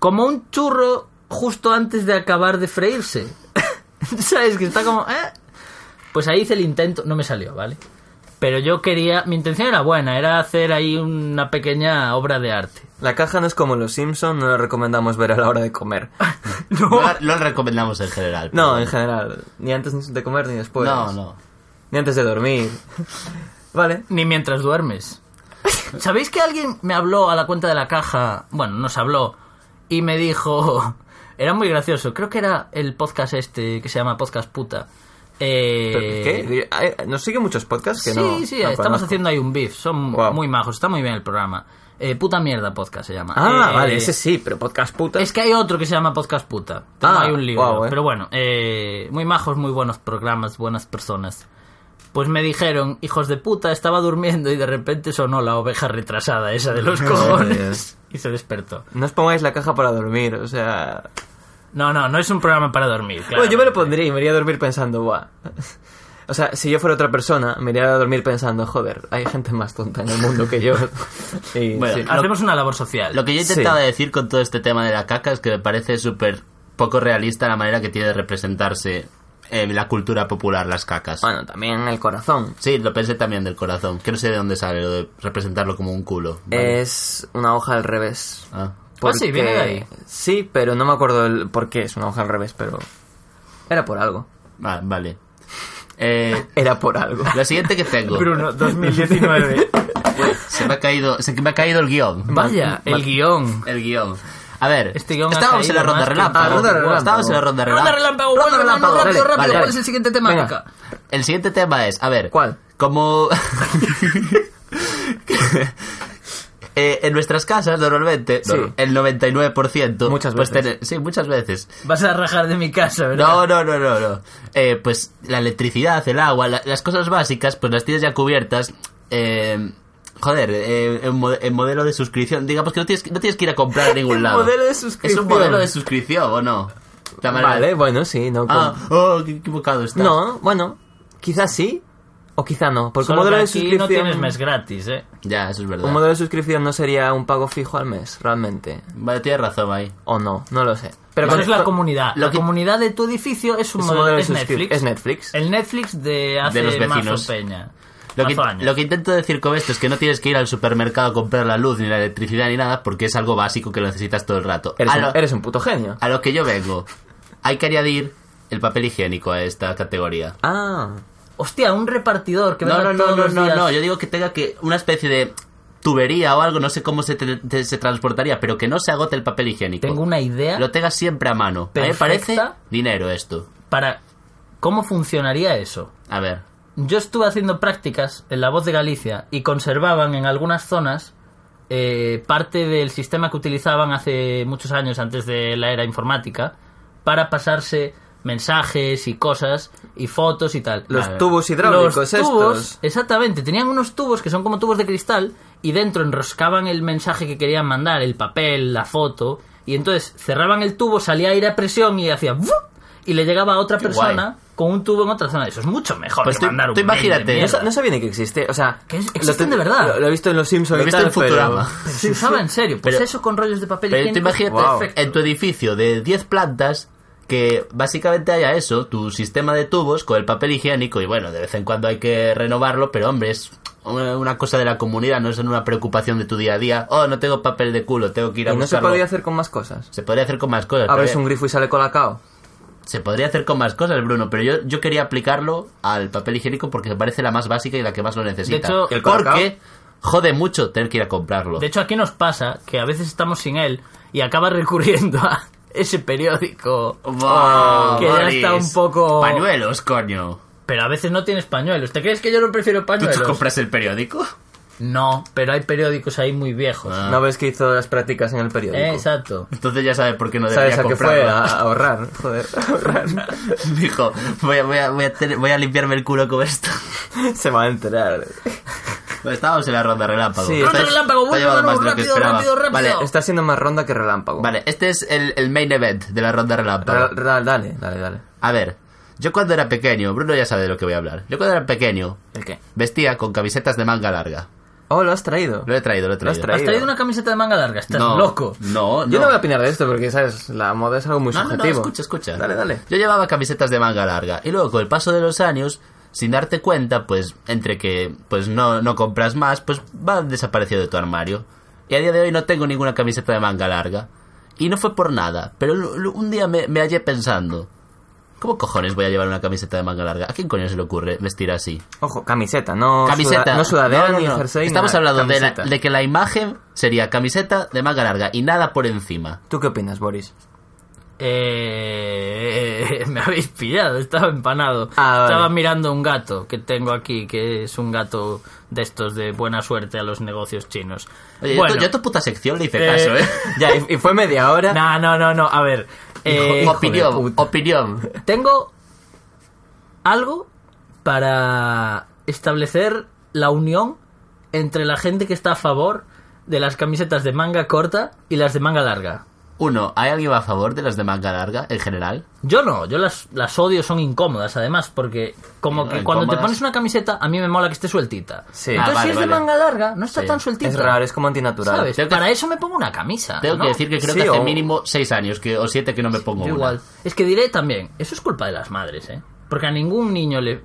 Speaker 1: Como un churro justo antes de acabar de freírse. <laughs> ¿Sabes? Que está como. ¿eh? Pues ahí hice el intento, no me salió, ¿vale? Pero yo quería. Mi intención era buena, era hacer ahí una pequeña obra de arte.
Speaker 3: La caja no es como los Simpson, no la recomendamos ver a la hora
Speaker 1: <laughs>
Speaker 3: de comer.
Speaker 1: No.
Speaker 2: No, la- no la recomendamos en general.
Speaker 3: No, en general. Ni antes ni de comer ni después.
Speaker 2: No, no.
Speaker 3: Ni antes de dormir. Vale.
Speaker 1: Ni mientras duermes. ¿Sabéis que alguien me habló a la cuenta de la caja? Bueno, nos habló y me dijo... Era muy gracioso. Creo que era el podcast este que se llama Podcast Puta. Eh,
Speaker 3: ¿Qué? Ay, Nos siguen muchos podcasts que
Speaker 1: sí,
Speaker 3: no.
Speaker 1: sí,
Speaker 3: no
Speaker 1: estamos
Speaker 3: conozco.
Speaker 1: haciendo ahí un beef. Son
Speaker 3: Guau.
Speaker 1: muy majos, está muy bien el programa. Eh, puta mierda podcast se llama.
Speaker 3: Ah,
Speaker 1: Eh,
Speaker 3: vale, ese sí, pero podcast puta.
Speaker 1: Es que hay otro que se llama Podcast Puta. Tengo
Speaker 3: Ah,
Speaker 1: ahí un libro.
Speaker 3: guau, eh.
Speaker 1: Pero bueno, eh, muy majos, muy buenos programas, buenas personas. Pues me dijeron, hijos de puta, estaba durmiendo y de repente sonó la oveja retrasada esa de
Speaker 3: <laughs>
Speaker 1: los cojones. y se despertó.
Speaker 3: No os pongáis la caja para dormir, o sea.
Speaker 1: No, no, no es un programa para dormir.
Speaker 3: Bueno, yo me lo
Speaker 1: claramente.
Speaker 3: pondría y me iría a dormir pensando, buah. <laughs> O sea, si yo fuera otra persona, me iría a dormir pensando, joder, hay gente más tonta en el mundo que
Speaker 1: <laughs>
Speaker 3: yo. Y,
Speaker 2: Bueno,
Speaker 3: sí.
Speaker 2: lo-
Speaker 1: Hacemos una labor social.
Speaker 2: Lo que yo intentaba decir con todo este tema de la caca es que me parece súper poco realista la manera que tiene de representarse en la cultura popular las cacas.
Speaker 3: Bueno, también el corazón.
Speaker 2: Sí, lo pensé también del corazón, que no sé de dónde sale lo de representarlo como un culo.
Speaker 3: Eh.
Speaker 2: Vale.
Speaker 3: Es una hoja al revés.
Speaker 2: Ah.
Speaker 1: Ah, sí, viene de ahí.
Speaker 3: Sí, pero no me acuerdo el por qué es una hoja al revés, pero. Era por algo.
Speaker 2: Ah, vale. Eh,
Speaker 3: Era por <laughs> algo.
Speaker 2: lo siguiente que tengo.
Speaker 3: <laughs>
Speaker 1: Bruno, 2019.
Speaker 2: Se me ha caído, se me ha caído el guión.
Speaker 1: Vaya, el guión.
Speaker 2: El guión. A ver,
Speaker 1: Este guión ha
Speaker 2: estábamos en la
Speaker 1: caído
Speaker 2: ronda
Speaker 1: más que-
Speaker 2: relámpago.
Speaker 3: Ah, ronda relámpago.
Speaker 2: Estábamos en la ronda
Speaker 1: Ronda
Speaker 2: relámpago.
Speaker 1: relámpago,
Speaker 3: Ronda
Speaker 1: vuelve, Manu,
Speaker 3: relámpago,
Speaker 1: rápido,
Speaker 3: dale,
Speaker 1: rápido.
Speaker 2: vale,
Speaker 1: ¿Cuál
Speaker 2: dale.
Speaker 1: es el siguiente temática?
Speaker 2: El siguiente tema es, a ver,
Speaker 3: ¿Cuál?
Speaker 2: Como <laughs> Eh, en nuestras casas normalmente
Speaker 3: Sí.
Speaker 2: no, el 99%
Speaker 3: Muchas
Speaker 2: pues,
Speaker 3: veces.
Speaker 2: tener- sí, muchas veces.
Speaker 1: Vas a rajar de mi casa, ¿verdad?
Speaker 2: No, no, no, no, no. Eh, pues la electricidad, el agua, la- las cosas básicas, pues las tienes ya cubiertas. Eh, joder, eh, en, mo- en modelo de
Speaker 3: <laughs>
Speaker 2: suscripción, digamos que no tienes, que- no tienes que ir a comprar a ningún lado.
Speaker 3: modelo de
Speaker 2: Es un
Speaker 3: suscripción.
Speaker 2: modelo de suscripción, ¿o no? La manera-
Speaker 3: Vale, bueno, sí, no. con-
Speaker 2: Ah, oh, qué equivocado estás.
Speaker 3: No, bueno, quizás sí o quizá no, porque un
Speaker 1: Solo
Speaker 3: modelo
Speaker 1: que
Speaker 3: de
Speaker 1: aquí no
Speaker 3: suscripción
Speaker 1: tienes mes gratis, ¿eh?
Speaker 2: Ya, eso es verdad.
Speaker 3: un modelo de suscripción no sería un pago fijo al mes, realmente,
Speaker 2: Vale, tienes razón ahí.
Speaker 3: o no, no lo sé. Pero
Speaker 1: Eso
Speaker 3: con-
Speaker 1: es la
Speaker 3: con-
Speaker 1: comunidad.
Speaker 2: lo
Speaker 1: la
Speaker 2: que-
Speaker 1: comunidad de tu edificio es un
Speaker 3: es un
Speaker 1: modelo,
Speaker 3: modelo de
Speaker 1: es
Speaker 3: suscripción,
Speaker 1: Netflix.
Speaker 3: es Netflix.
Speaker 1: El Netflix de hace
Speaker 2: los
Speaker 1: mazo
Speaker 2: vecinos.
Speaker 1: peña.
Speaker 2: Lo que,
Speaker 1: Mazo años.
Speaker 2: lo que intento decir con esto es que no tienes que ir al supermercado a comprar la luz ni la electricidad ni nada porque es algo básico que lo necesitas todo el rato.
Speaker 3: Eres,
Speaker 2: a,
Speaker 3: un,
Speaker 2: lo,
Speaker 3: eres un puto genio.
Speaker 2: a lo que yo vengo, hay que añadir el papel higiénico a esta categoría.
Speaker 3: Ah,
Speaker 1: Hostia, un repartidor que
Speaker 2: No,
Speaker 1: venga
Speaker 2: no, no,
Speaker 1: todos
Speaker 2: no,
Speaker 1: los
Speaker 2: no,
Speaker 1: días.
Speaker 2: no, yo digo que tenga que una especie de tubería o algo, no sé cómo se, te- te- se transportaría, pero que no se agote el papel higiénico.
Speaker 1: Tengo una idea
Speaker 2: Lo tengas siempre a mano. A mí Me
Speaker 1: Perfecta.
Speaker 2: parece dinero esto.
Speaker 1: para cómo funcionaría eso.
Speaker 2: A ver.
Speaker 1: Yo estuve haciendo prácticas en La Voz de Galicia y conservaban en algunas zonas eh, parte del sistema que utilizaban hace muchos años antes de la era informática para pasarse mensajes y cosas y fotos y tal.
Speaker 3: los
Speaker 2: Vale.
Speaker 3: tubos hidráulicos
Speaker 1: Los
Speaker 3: estos.
Speaker 1: tubos, exactamente, tenían unos tubos que son como tubos de cristal y dentro enroscaban el mensaje que querían mandar, el papel, la foto, y entonces cerraban el tubo, salía aire a presión y hacía ¡vup! y le llegaba a otra persona con un tubo en otra zona. Eso es mucho mejor
Speaker 2: Pues
Speaker 1: que
Speaker 2: tú-
Speaker 1: mandar un
Speaker 2: tú
Speaker 1: mail de
Speaker 2: imagínate,
Speaker 1: mierda.
Speaker 3: No, sa- no sabía ni que existe, o sea,
Speaker 1: Que es-
Speaker 3: lo
Speaker 1: existen
Speaker 3: ten-
Speaker 1: de verdad.
Speaker 3: Lo, lo he visto en los Simpsons
Speaker 2: Lo he
Speaker 3: y
Speaker 2: visto
Speaker 3: tal,
Speaker 2: en
Speaker 3: <laughs>
Speaker 2: Futurama.
Speaker 3: pero-
Speaker 1: Pero se usaba en serio, pues
Speaker 2: Pero-
Speaker 1: eso con rollos de papel
Speaker 2: Pero tú
Speaker 1: higiénico,
Speaker 2: imagínate
Speaker 3: Wow.
Speaker 2: en tu edificio de 10 plantas que básicamente haya eso, tu sistema de tubos con el papel higiénico y bueno, de vez en cuando hay que renovarlo, pero hombre, es una una cosa de la comunidad, no es una preocupación de tu día a día. Oh, no tengo papel de culo, tengo que ir a
Speaker 3: ¿Y no se
Speaker 2: buscarlo.
Speaker 3: podía hacer con más cosas?
Speaker 2: Se podría hacer con más cosas.
Speaker 3: Abres
Speaker 2: pero- eh,
Speaker 3: un grifo y sale colacao.
Speaker 2: Se podría hacer con más cosas, Bruno, pero yo, yo quería aplicarlo al papel higiénico porque me parece la más básica y la que más lo necesita.
Speaker 1: De hecho,
Speaker 3: ¿El colacao?
Speaker 2: porque jode mucho tener que ir a comprarlo.
Speaker 1: De hecho, aquí nos pasa que a veces estamos sin él y acaba recurriendo <laughs> a ese periódico.
Speaker 2: Buah,
Speaker 1: que ya
Speaker 2: Boris.
Speaker 1: está un poco-
Speaker 2: Pañuelos, coño.
Speaker 1: Pero a veces no tienes pañuelos. ¿Te crees que yo no prefiero
Speaker 2: ¿Tú te
Speaker 1: pañuelos?
Speaker 2: compras el periódico?
Speaker 1: No, pero hay periódicos ahí muy viejos.
Speaker 2: Ah.
Speaker 3: ¿No ves que hizo las prácticas en el periódico?
Speaker 1: Eh, exacto.
Speaker 2: Entonces ya sabe por qué no
Speaker 3: ¿Sabes
Speaker 2: debería
Speaker 3: a qué fue? A,
Speaker 2: comprarlo. <laughs>
Speaker 3: a ahorrar, joder. a ahorrar.
Speaker 2: Dijo, voy a, voy, a, voy, a tener- voy a limpiarme el culo con esto. <laughs>
Speaker 3: Se va a enterar.
Speaker 2: Bueno, estábamos en la ronda relámpago.
Speaker 3: Sí.
Speaker 2: Está-
Speaker 1: Ronda relámpago,
Speaker 2: está
Speaker 1: voy,
Speaker 2: llevado
Speaker 1: Manu,
Speaker 2: más de lo que
Speaker 1: rápido,
Speaker 2: esperaba.
Speaker 1: rápido, rápido.
Speaker 2: Vale,
Speaker 3: Está siendo más ronda que relámpago.
Speaker 2: vale, este es el, el main event de la ronda relámpago.
Speaker 3: Ra- ra- dale, dale, dale.
Speaker 2: A ver, yo cuando era pequeño, Bruno ya sabe de lo que voy a hablar. Yo cuando era pequeño
Speaker 3: ¿El qué?
Speaker 2: vestía con camisetas de manga larga.
Speaker 3: Oh, lo has traído.
Speaker 2: Lo he traído, lo he
Speaker 3: Lo has
Speaker 2: traído.
Speaker 1: ¿Has traído una camiseta de manga larga? Estás
Speaker 2: no,
Speaker 1: loco.
Speaker 2: No, no.
Speaker 3: Yo no voy a opinar de esto porque, ¿sabes? La moda es algo muy
Speaker 2: No, no, no,
Speaker 3: subjetivo.
Speaker 2: escucha, escucha.
Speaker 3: Pues Dale, dale.
Speaker 2: Yo llevaba camisetas de manga larga y luego con el paso de los años, sin darte cuenta, pues entre que pues no, no compras más, pues van desapareciendo de tu armario. Y a día de hoy no tengo ninguna camiseta de manga larga. Y no fue por nada, pero l- l- un día me, me hallé pensando, ¿cómo cojones voy a llevar una camiseta de manga larga? ¿A quién coño se le ocurre vestir así?
Speaker 3: Ojo, camiseta, no,
Speaker 2: camiseta.
Speaker 3: suda- no sudadera
Speaker 2: No, no,
Speaker 3: ni
Speaker 2: no.
Speaker 3: jersey. ni
Speaker 2: Estamos
Speaker 3: nada,
Speaker 2: hablando de, la-
Speaker 3: camiseta.
Speaker 2: de que la imagen sería camiseta de manga larga y nada por encima.
Speaker 3: ¿Tú qué opinas, Boris?
Speaker 1: Eh, <laughs> me habéis pillado, estaba empanado.
Speaker 3: Ah, vale.
Speaker 1: Estaba mirando un gato que tengo aquí, que es un gato de estos de buena suerte a los negocios chinos.
Speaker 2: Oye,
Speaker 1: Bueno.
Speaker 2: yo, tu, yo a tu puta sección le hice
Speaker 1: Eh,
Speaker 2: caso, ¿eh?
Speaker 3: Ya, y, y fue media hora.
Speaker 1: No, no, no, no, a ver. eh,
Speaker 2: Hijo- opinión, opinión.
Speaker 1: tengo algo para establecer la unión entre la gente que está a favor de las camisetas de manga corta y las de manga larga.
Speaker 2: Uno, ¿hay alguien a favor de las de manga larga en general?
Speaker 1: Yo no, yo las, las odio, son incómodas además, porque como
Speaker 2: No,
Speaker 1: que cuando te
Speaker 2: incómodas.
Speaker 1: pones una camiseta, a mí me mola que esté sueltita.
Speaker 3: Sí.
Speaker 1: Entonces,
Speaker 2: Ah, vale,
Speaker 1: si es de
Speaker 2: vale.
Speaker 1: manga larga, no está
Speaker 2: Sí.
Speaker 1: tan sueltita.
Speaker 3: es raro, es como antinatural.
Speaker 1: ¿Sabes?
Speaker 2: Tengo que-
Speaker 1: Para eso me pongo una camisa.
Speaker 2: Tengo
Speaker 1: ¿no?
Speaker 2: que decir que creo
Speaker 3: Sí,
Speaker 2: que hace
Speaker 3: o-
Speaker 2: mínimo seis años que, o siete que no me pongo
Speaker 1: Yo
Speaker 2: una.
Speaker 1: igual. Es que diré también, eso es culpa de las madres, ¿eh? Porque a ningún niño le,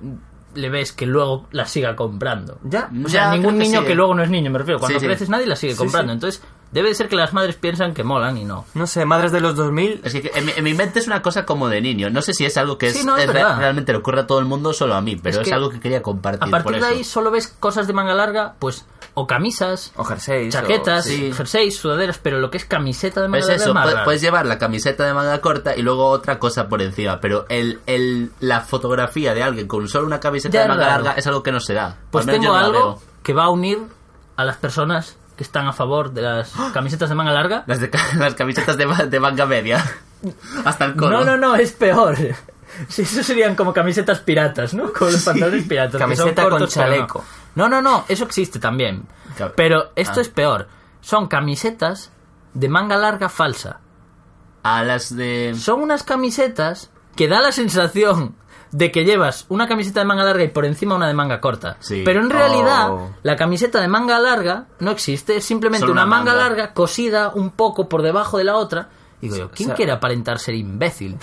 Speaker 1: le ves que luego la siga comprando.
Speaker 3: Ya.
Speaker 1: O sea,
Speaker 2: Ya,
Speaker 1: ningún
Speaker 2: creo que
Speaker 1: niño
Speaker 2: sí,
Speaker 1: que
Speaker 2: eh.
Speaker 1: luego no es niño, me refiero. Cuando
Speaker 2: Sí, sí.
Speaker 1: creces nadie la sigue comprando. Entonces, debe de ser que las madres piensan que molan y no.
Speaker 3: No sé, madres de los 2000.
Speaker 2: Es que en mi, en mi mente es una cosa como de niño. No sé si es algo que
Speaker 1: Sí,
Speaker 2: es,
Speaker 1: no, es
Speaker 2: es re-
Speaker 1: verdad.
Speaker 2: realmente le ocurre a todo el mundo, solo a mí, pero
Speaker 1: Es
Speaker 2: es,
Speaker 1: que
Speaker 2: algo que quería compartir.
Speaker 1: A partir
Speaker 2: por
Speaker 1: de
Speaker 2: eso.
Speaker 1: ahí solo ves cosas de manga larga, pues, o camisas,
Speaker 3: O jerseys. o-
Speaker 1: chaquetas,
Speaker 3: sí.
Speaker 1: jerseys, sudaderas, pero lo que es camiseta de
Speaker 2: Pero
Speaker 1: manga
Speaker 2: es
Speaker 1: larga
Speaker 2: Pues eso,
Speaker 1: es más
Speaker 2: pu-
Speaker 1: raro.
Speaker 2: puedes llevar la camiseta de manga corta y luego otra cosa por encima, pero el, el, la fotografía de alguien con solo una camiseta
Speaker 1: Ya
Speaker 2: de
Speaker 1: es
Speaker 2: manga
Speaker 1: raro.
Speaker 2: larga es algo que no se da.
Speaker 1: Pues
Speaker 2: Al menos
Speaker 1: tengo
Speaker 2: yo no la
Speaker 1: algo
Speaker 2: veo.
Speaker 1: que va a unir a las personas que están a favor de las camisetas de manga larga.
Speaker 2: Las, de ca- <laughs> las camisetas de, ma- de
Speaker 1: <laughs>
Speaker 2: manga media. Hasta el codo.
Speaker 1: No, no, no, es peor. <laughs> Sí, eso serían como camisetas piratas, ¿no? Con los pantalones piratas. que son
Speaker 3: Camiseta con
Speaker 1: cortos, pero no.
Speaker 3: chaleco.
Speaker 1: No. no, no, eso existe también.
Speaker 2: Claro.
Speaker 1: Pero esto
Speaker 2: Ah.
Speaker 1: es peor. Son camisetas de manga larga falsa.
Speaker 2: a las de...
Speaker 1: Son unas camisetas que da la sensación de que llevas una camiseta de manga larga y por encima una de manga corta.
Speaker 2: Sí.
Speaker 1: Pero en realidad,
Speaker 3: Oh.
Speaker 1: la camiseta de manga larga no existe, es simplemente
Speaker 2: Solo
Speaker 1: una,
Speaker 2: una
Speaker 1: manga,
Speaker 2: manga.
Speaker 1: larga cosida un poco por debajo de la otra. Y digo yo, ¿quién
Speaker 3: sea-
Speaker 1: quiere aparentar ser imbécil?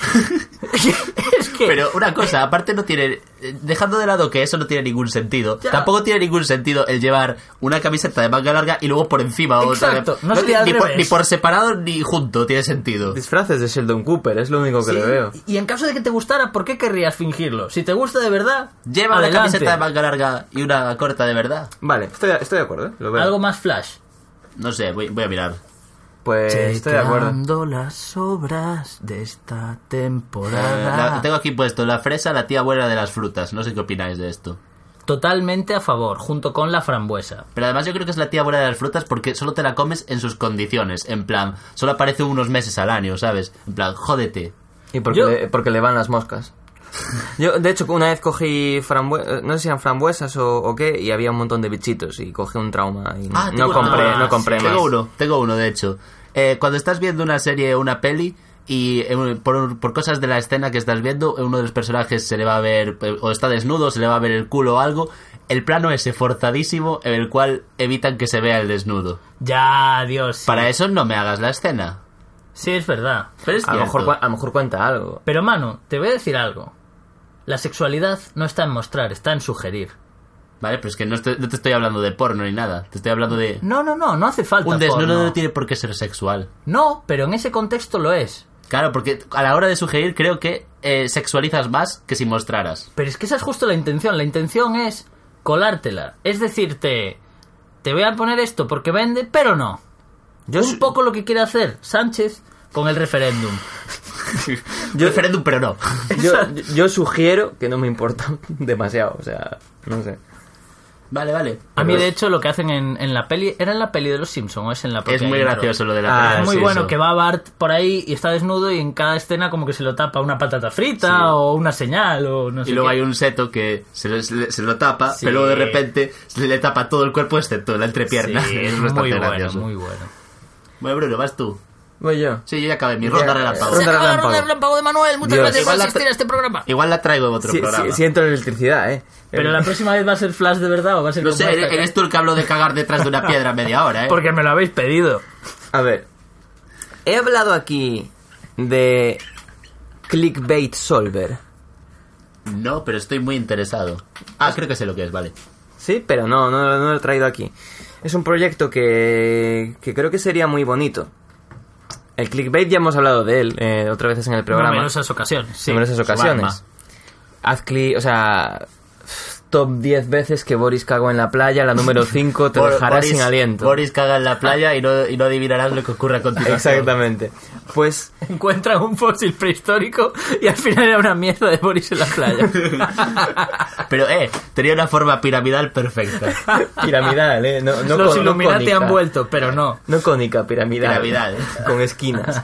Speaker 1: es que
Speaker 2: Pero una cosa, aparte no tiene... eh, Dejando de lado que eso no tiene ningún sentido,
Speaker 1: Ya.
Speaker 2: tampoco tiene ningún sentido el llevar una camiseta de manga larga y luego por encima otra. de-
Speaker 1: Exacto, no sería al
Speaker 2: ni, por,
Speaker 1: revés.
Speaker 2: ni por separado ni junto tiene sentido.
Speaker 3: Disfraces de Sheldon Cooper, es lo único que
Speaker 1: Sí,
Speaker 3: le veo.
Speaker 1: Y y en caso de que te gustara, ¿por qué querrías fingirlo? Si te gusta de verdad,
Speaker 2: Lleva una
Speaker 1: adelante.
Speaker 2: camiseta de manga larga y una corta de verdad.
Speaker 3: Vale, estoy, estoy de acuerdo, ¿eh? lo veo.
Speaker 1: Algo más flash.
Speaker 2: No sé, voy, voy a mirar.
Speaker 3: Pues estoy de acuerdo.
Speaker 1: Chequeando las obras de esta temporada.
Speaker 2: Eh, La- tengo aquí puesto la fresa, la tía abuela de las frutas. No sé qué opináis de esto.
Speaker 1: Totalmente a favor, junto con la frambuesa.
Speaker 2: Pero además yo creo que es la tía abuela de las frutas porque solo te la comes en sus condiciones. En plan, solo aparece unos meses al año, ¿sabes? En plan, jódete.
Speaker 3: Y porque,
Speaker 1: Yo-
Speaker 3: le, porque le van las moscas. Yo, de hecho, una vez cogí frambuesas, no sé si eran frambuesas o, o qué, y había un montón de bichitos y cogí un trauma y
Speaker 2: Ah,
Speaker 3: Mm. no
Speaker 2: tengo-
Speaker 3: compré,
Speaker 2: ah,
Speaker 3: no compré
Speaker 2: sí,
Speaker 3: más.
Speaker 2: Tengo uno, tengo uno, de hecho. Eh, cuando estás viendo una serie o una peli y eh, por, por cosas de la escena que estás viendo, uno de los personajes se le va a ver, eh, o está desnudo, se le va a ver el culo o algo, el plano ese forzadísimo en el cual evitan que se vea el desnudo.
Speaker 1: Ya, Dios. sí.
Speaker 2: Para eso no me hagas la escena.
Speaker 1: Sí, es verdad.
Speaker 2: Pero es
Speaker 3: A lo, mejor,
Speaker 2: cierto.
Speaker 3: cua- a lo mejor cuenta algo.
Speaker 1: Pero Manu, te voy a decir algo. La sexualidad no está en mostrar, está en sugerir.
Speaker 2: Vale, pero es que no, estoy- no te estoy hablando de porno ni nada. Te estoy hablando de...
Speaker 1: No, no, no, no hace falta.
Speaker 2: Un desnudo
Speaker 1: porno.
Speaker 2: no tiene por qué ser sexual.
Speaker 1: No, pero en ese contexto lo es.
Speaker 2: Claro, porque a la hora de sugerir creo que eh, sexualizas más que si mostraras.
Speaker 1: Pero es que esa es justo la intención. La intención es colártela. Es decirte, te voy a poner esto porque vende, pero no.
Speaker 3: Yo
Speaker 1: Un
Speaker 3: su-
Speaker 1: poco lo que quiere hacer Sánchez con el referéndum.
Speaker 2: Yo referéndum, pero no.
Speaker 3: yo, yo sugiero que no me importa <laughs> demasiado, o sea, no sé.
Speaker 2: Vale, vale.
Speaker 1: A mí,
Speaker 3: Pero-
Speaker 1: de hecho, lo que hacen en, en la peli... ¿Era en la peli de los Simpsons o es en la
Speaker 2: Es
Speaker 1: propia
Speaker 2: muy
Speaker 1: intro?
Speaker 2: gracioso lo de la
Speaker 3: Ah,
Speaker 2: película,
Speaker 1: Es muy
Speaker 2: sí,
Speaker 1: bueno
Speaker 2: eso.
Speaker 1: que va Bart por ahí y está desnudo y en cada escena como que se lo tapa una patata frita o una señal o no sé
Speaker 2: Y luego
Speaker 1: qué.
Speaker 2: hay un seto que se lo, se le- se lo tapa,
Speaker 1: Sí.
Speaker 2: pero luego de repente se le tapa todo el cuerpo excepto la entrepierna. <laughs>
Speaker 1: Sí,
Speaker 2: es bastante
Speaker 1: muy bueno,
Speaker 2: gracioso.
Speaker 1: muy bueno.
Speaker 2: Bueno, Bruno, vas tú.
Speaker 3: Voy yo.
Speaker 2: Sí, yo ya acabé mi ronda
Speaker 3: Ya,
Speaker 2: relámpago.
Speaker 3: Se ronda- acaba la ronda relámpago.
Speaker 1: de Manuel.
Speaker 3: Muchas Dios. gracias por
Speaker 2: Igual la asistir tra- a
Speaker 1: este programa.
Speaker 2: Igual la traigo en otro
Speaker 3: Sí,
Speaker 2: programa.
Speaker 3: sí, siento electricidad, eh.
Speaker 1: Pero la próxima vez va a ser Flash de verdad o va a ser
Speaker 2: No
Speaker 1: como
Speaker 2: sé,
Speaker 1: esta
Speaker 2: este-
Speaker 3: este.
Speaker 2: eres,
Speaker 1: que-
Speaker 2: eres tú el que hablo de cagar detrás
Speaker 3: <laughs>
Speaker 2: de una piedra media hora, ¿eh?
Speaker 1: Porque me lo habéis pedido.
Speaker 3: A ver. He hablado aquí de clickbait solver.
Speaker 2: No, pero estoy muy interesado. Ah, creo que sé lo que es, vale.
Speaker 3: Sí, pero no, no, no lo he traído aquí. Es un proyecto que, que creo que sería muy bonito. El clickbait ya hemos hablado de él eh, otras veces en el programa.
Speaker 1: Numerosas ocasiones. Sí.
Speaker 3: numerosas
Speaker 2: su
Speaker 3: ocasiones.
Speaker 2: alma.
Speaker 3: Haz clic, o sea, top 10 veces que Boris cagó en la playa, la número 5 te
Speaker 2: Bor-
Speaker 3: dejará
Speaker 2: Boris-
Speaker 3: sin aliento.
Speaker 2: Boris caga en la playa y no, y no adivinarás lo que ocurre a continuación.
Speaker 3: Exactamente. Pues
Speaker 1: Encuentran un fósil prehistórico y al final era una mierda de Boris en la
Speaker 2: <laughs>
Speaker 1: playa.
Speaker 2: Pero, eh, tenía una forma piramidal
Speaker 1: <laughs>
Speaker 2: perfecta.
Speaker 3: <laughs> piramidal, ¿eh? No, no
Speaker 1: Los
Speaker 3: con- no
Speaker 1: Illuminati
Speaker 3: cónica.
Speaker 1: han vuelto, pero no.
Speaker 3: No cónica, piramidal.
Speaker 2: Piramidal. <laughs>
Speaker 3: Con esquinas.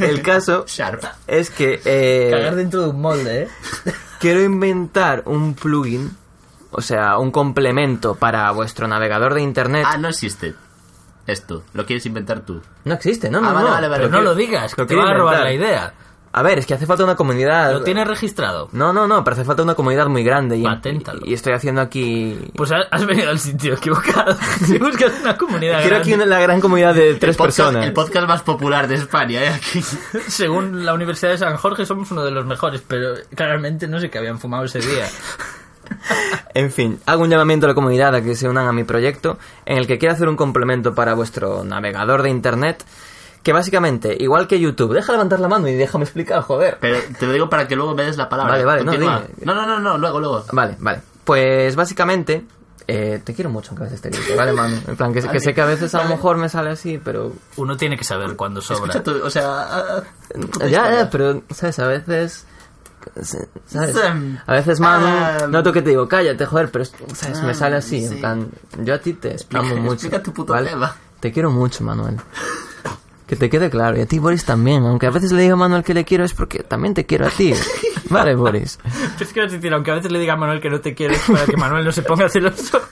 Speaker 3: El caso
Speaker 2: Sharp.
Speaker 3: es que eh,
Speaker 1: Cagar dentro de un molde, ¿eh?
Speaker 3: quiero inventar un plugin, o sea, un complemento para vuestro navegador de internet.
Speaker 2: Ah, no existe. Esto, lo quieres inventar tú.
Speaker 3: no existe, no,
Speaker 2: Ah,
Speaker 3: no,
Speaker 2: vale,
Speaker 3: no.
Speaker 2: vale, vale.
Speaker 1: Pero
Speaker 2: Pero
Speaker 1: no
Speaker 2: que-
Speaker 1: lo digas, que
Speaker 3: lo
Speaker 1: te
Speaker 3: quiero
Speaker 1: van a robar la
Speaker 3: inventar.
Speaker 1: idea.
Speaker 3: A ver, es que hace falta una comunidad.
Speaker 2: Ah,
Speaker 1: Lo tienes registrado.
Speaker 3: No, no, no, pero hace falta una comunidad muy grande. Y,
Speaker 1: Paténtalo.
Speaker 3: y estoy haciendo aquí...
Speaker 1: Pues ha- has venido al sitio equivocado. <laughs> Si buscas una comunidad
Speaker 3: Quiero aquí
Speaker 1: grande,
Speaker 3: una, la gran comunidad de tres
Speaker 2: podcast,
Speaker 3: personas.
Speaker 2: El podcast más popular de España, ¿eh? Aquí.
Speaker 1: según la Universidad de San Jorge, somos uno de los mejores, pero claramente no sé qué habían fumado ese día.
Speaker 3: En fin, hago un llamamiento a la comunidad a que se unan a mi proyecto, en el que quiero hacer un complemento para vuestro navegador de internet, que básicamente, igual que YouTube, deja levantar la mano y déjame explicar, joder.
Speaker 2: Pero te lo digo para que luego me des la palabra.
Speaker 3: Vale, vale, no,
Speaker 2: Continúa.
Speaker 3: dime.
Speaker 2: no, no, no, no, luego, luego.
Speaker 3: Vale, vale. Pues básicamente, eh, te quiero mucho aunque a veces te grite, ¿vale, mano? En plan, que, que sé que a veces a lo mejor me sale así, pero...
Speaker 1: Uno tiene que saber cuándo sobra.
Speaker 2: Escucha tú, o sea... ah, tu puta
Speaker 3: Ya,
Speaker 2: historia.
Speaker 3: ya, pero, ¿sabes? A veces... ¿Sabes?
Speaker 2: Sam.
Speaker 3: A veces, mano,
Speaker 2: Ah.
Speaker 3: noto que te digo, cállate, joder, pero, ¿sabes? Me sale así,
Speaker 2: Em, sí.
Speaker 3: en plan, yo a ti te
Speaker 2: Explica-
Speaker 3: amo mucho.
Speaker 2: explica tu puto tema.
Speaker 3: Te quiero mucho, Manuel. Que te quede claro, y a ti, Boris, también. Aunque a veces le digo a Manuel que le quiero, es porque también te quiero
Speaker 2: <laughs>
Speaker 3: a ti. Vale, Boris.
Speaker 1: <laughs> Es que decir, aunque a veces le diga a Manuel que no te quiere, para que Manuel no se ponga celoso.
Speaker 3: <laughs>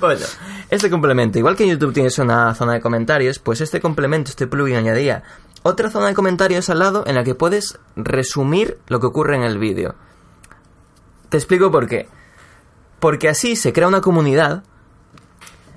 Speaker 3: Bueno, este complemento, igual que en YouTube tienes una zona de comentarios, pues este complemento, este plugin añadía otra zona de comentarios al lado en la que puedes resumir lo que ocurre en el vídeo. Te explico por qué. Porque así se crea una comunidad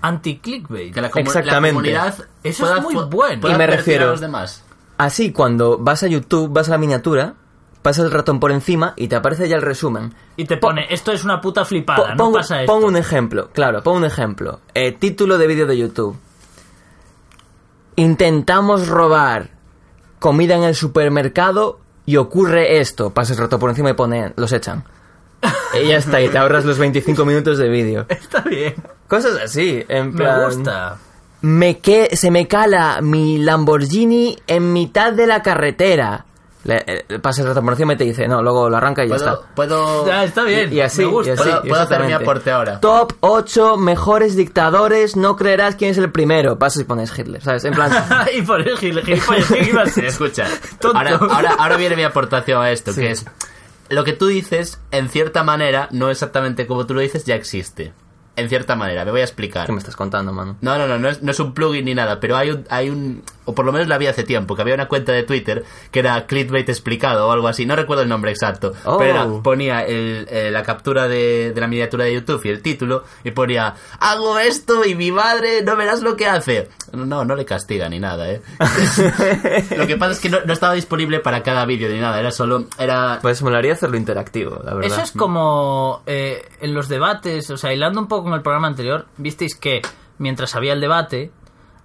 Speaker 1: Anti-clickbait.
Speaker 2: Que la, comu-
Speaker 3: Exactamente.
Speaker 2: la comunidad
Speaker 1: Eso es muy
Speaker 2: pu-
Speaker 1: bueno.
Speaker 2: pueda
Speaker 3: Y me
Speaker 2: advertir
Speaker 3: refiero-
Speaker 2: a los demás.
Speaker 3: Así, cuando vas a YouTube, vas a la miniatura, pasas el ratón por encima y te aparece ya el resumen.
Speaker 1: Y te pone, esto es una puta
Speaker 3: Po-
Speaker 1: flipada, no
Speaker 3: pongo-
Speaker 1: pasa esto.
Speaker 3: pongo un ejemplo, claro, pongo un ejemplo. Eh, título de vídeo de YouTube. Intentamos robar comida en el supermercado y ocurre esto. Pasas el ratón por encima y pone,
Speaker 1: <laughs>
Speaker 3: los echan. Y ya está, y te ahorras los 25 minutos de vídeo.
Speaker 1: <laughs> Está bien.
Speaker 3: Cosas así, en
Speaker 1: Me
Speaker 3: plan,
Speaker 1: gusta.
Speaker 3: Me que se me cala mi Lamborghini en mitad de la carretera. Le, eh, pasa el ratón por encima y te dice, no, luego lo arranca y ya
Speaker 2: Puedo,
Speaker 3: está.
Speaker 2: puedo-
Speaker 1: Ah, está bien.
Speaker 3: Y, y así,
Speaker 1: me gusta.
Speaker 3: y así,
Speaker 2: Puedo- puedo hacer mi
Speaker 3: exactamente.
Speaker 2: aporte ahora.
Speaker 3: Top 8 mejores dictadores, no creerás quién es el primero. Pasas y pones Hitler, ¿sabes? En <laughs> plan,
Speaker 1: <laughs> y por el gil- gilipollas, ¿qué iba a
Speaker 3: <laughs>
Speaker 1: ser?
Speaker 2: Escucha,
Speaker 1: <laughs> Tonto.
Speaker 2: ahora, ahora, ahora viene mi aportación a esto,
Speaker 3: Sí.
Speaker 2: que es... Lo que tú dices, en cierta manera, no exactamente como tú lo dices, ya existe. En cierta manera, me voy a explicar.
Speaker 3: ¿qué me estás contando, <laughs> mano?
Speaker 2: No, no, no, no es, no es un plugin ni nada, pero hay un, hay un... O por lo menos la había hace tiempo, que había una cuenta de Twitter que era clickbait explicado o algo así, no recuerdo el nombre exacto.
Speaker 3: Oh.
Speaker 2: Pero era- ponía el- eh, la captura de, de la miniatura de YouTube y el título y ponía, hago esto y mi madre, no verás lo que hace. No, no le castiga ni nada, ¿eh? <laughs> lo que pasa es que no, no estaba disponible para cada vídeo ni nada, era solo... Era...
Speaker 3: Pues molaría hacerlo interactivo, la verdad.
Speaker 1: Eso es como eh, en los debates, o sea, hilando un poco con el programa anterior, visteis que mientras había el debate,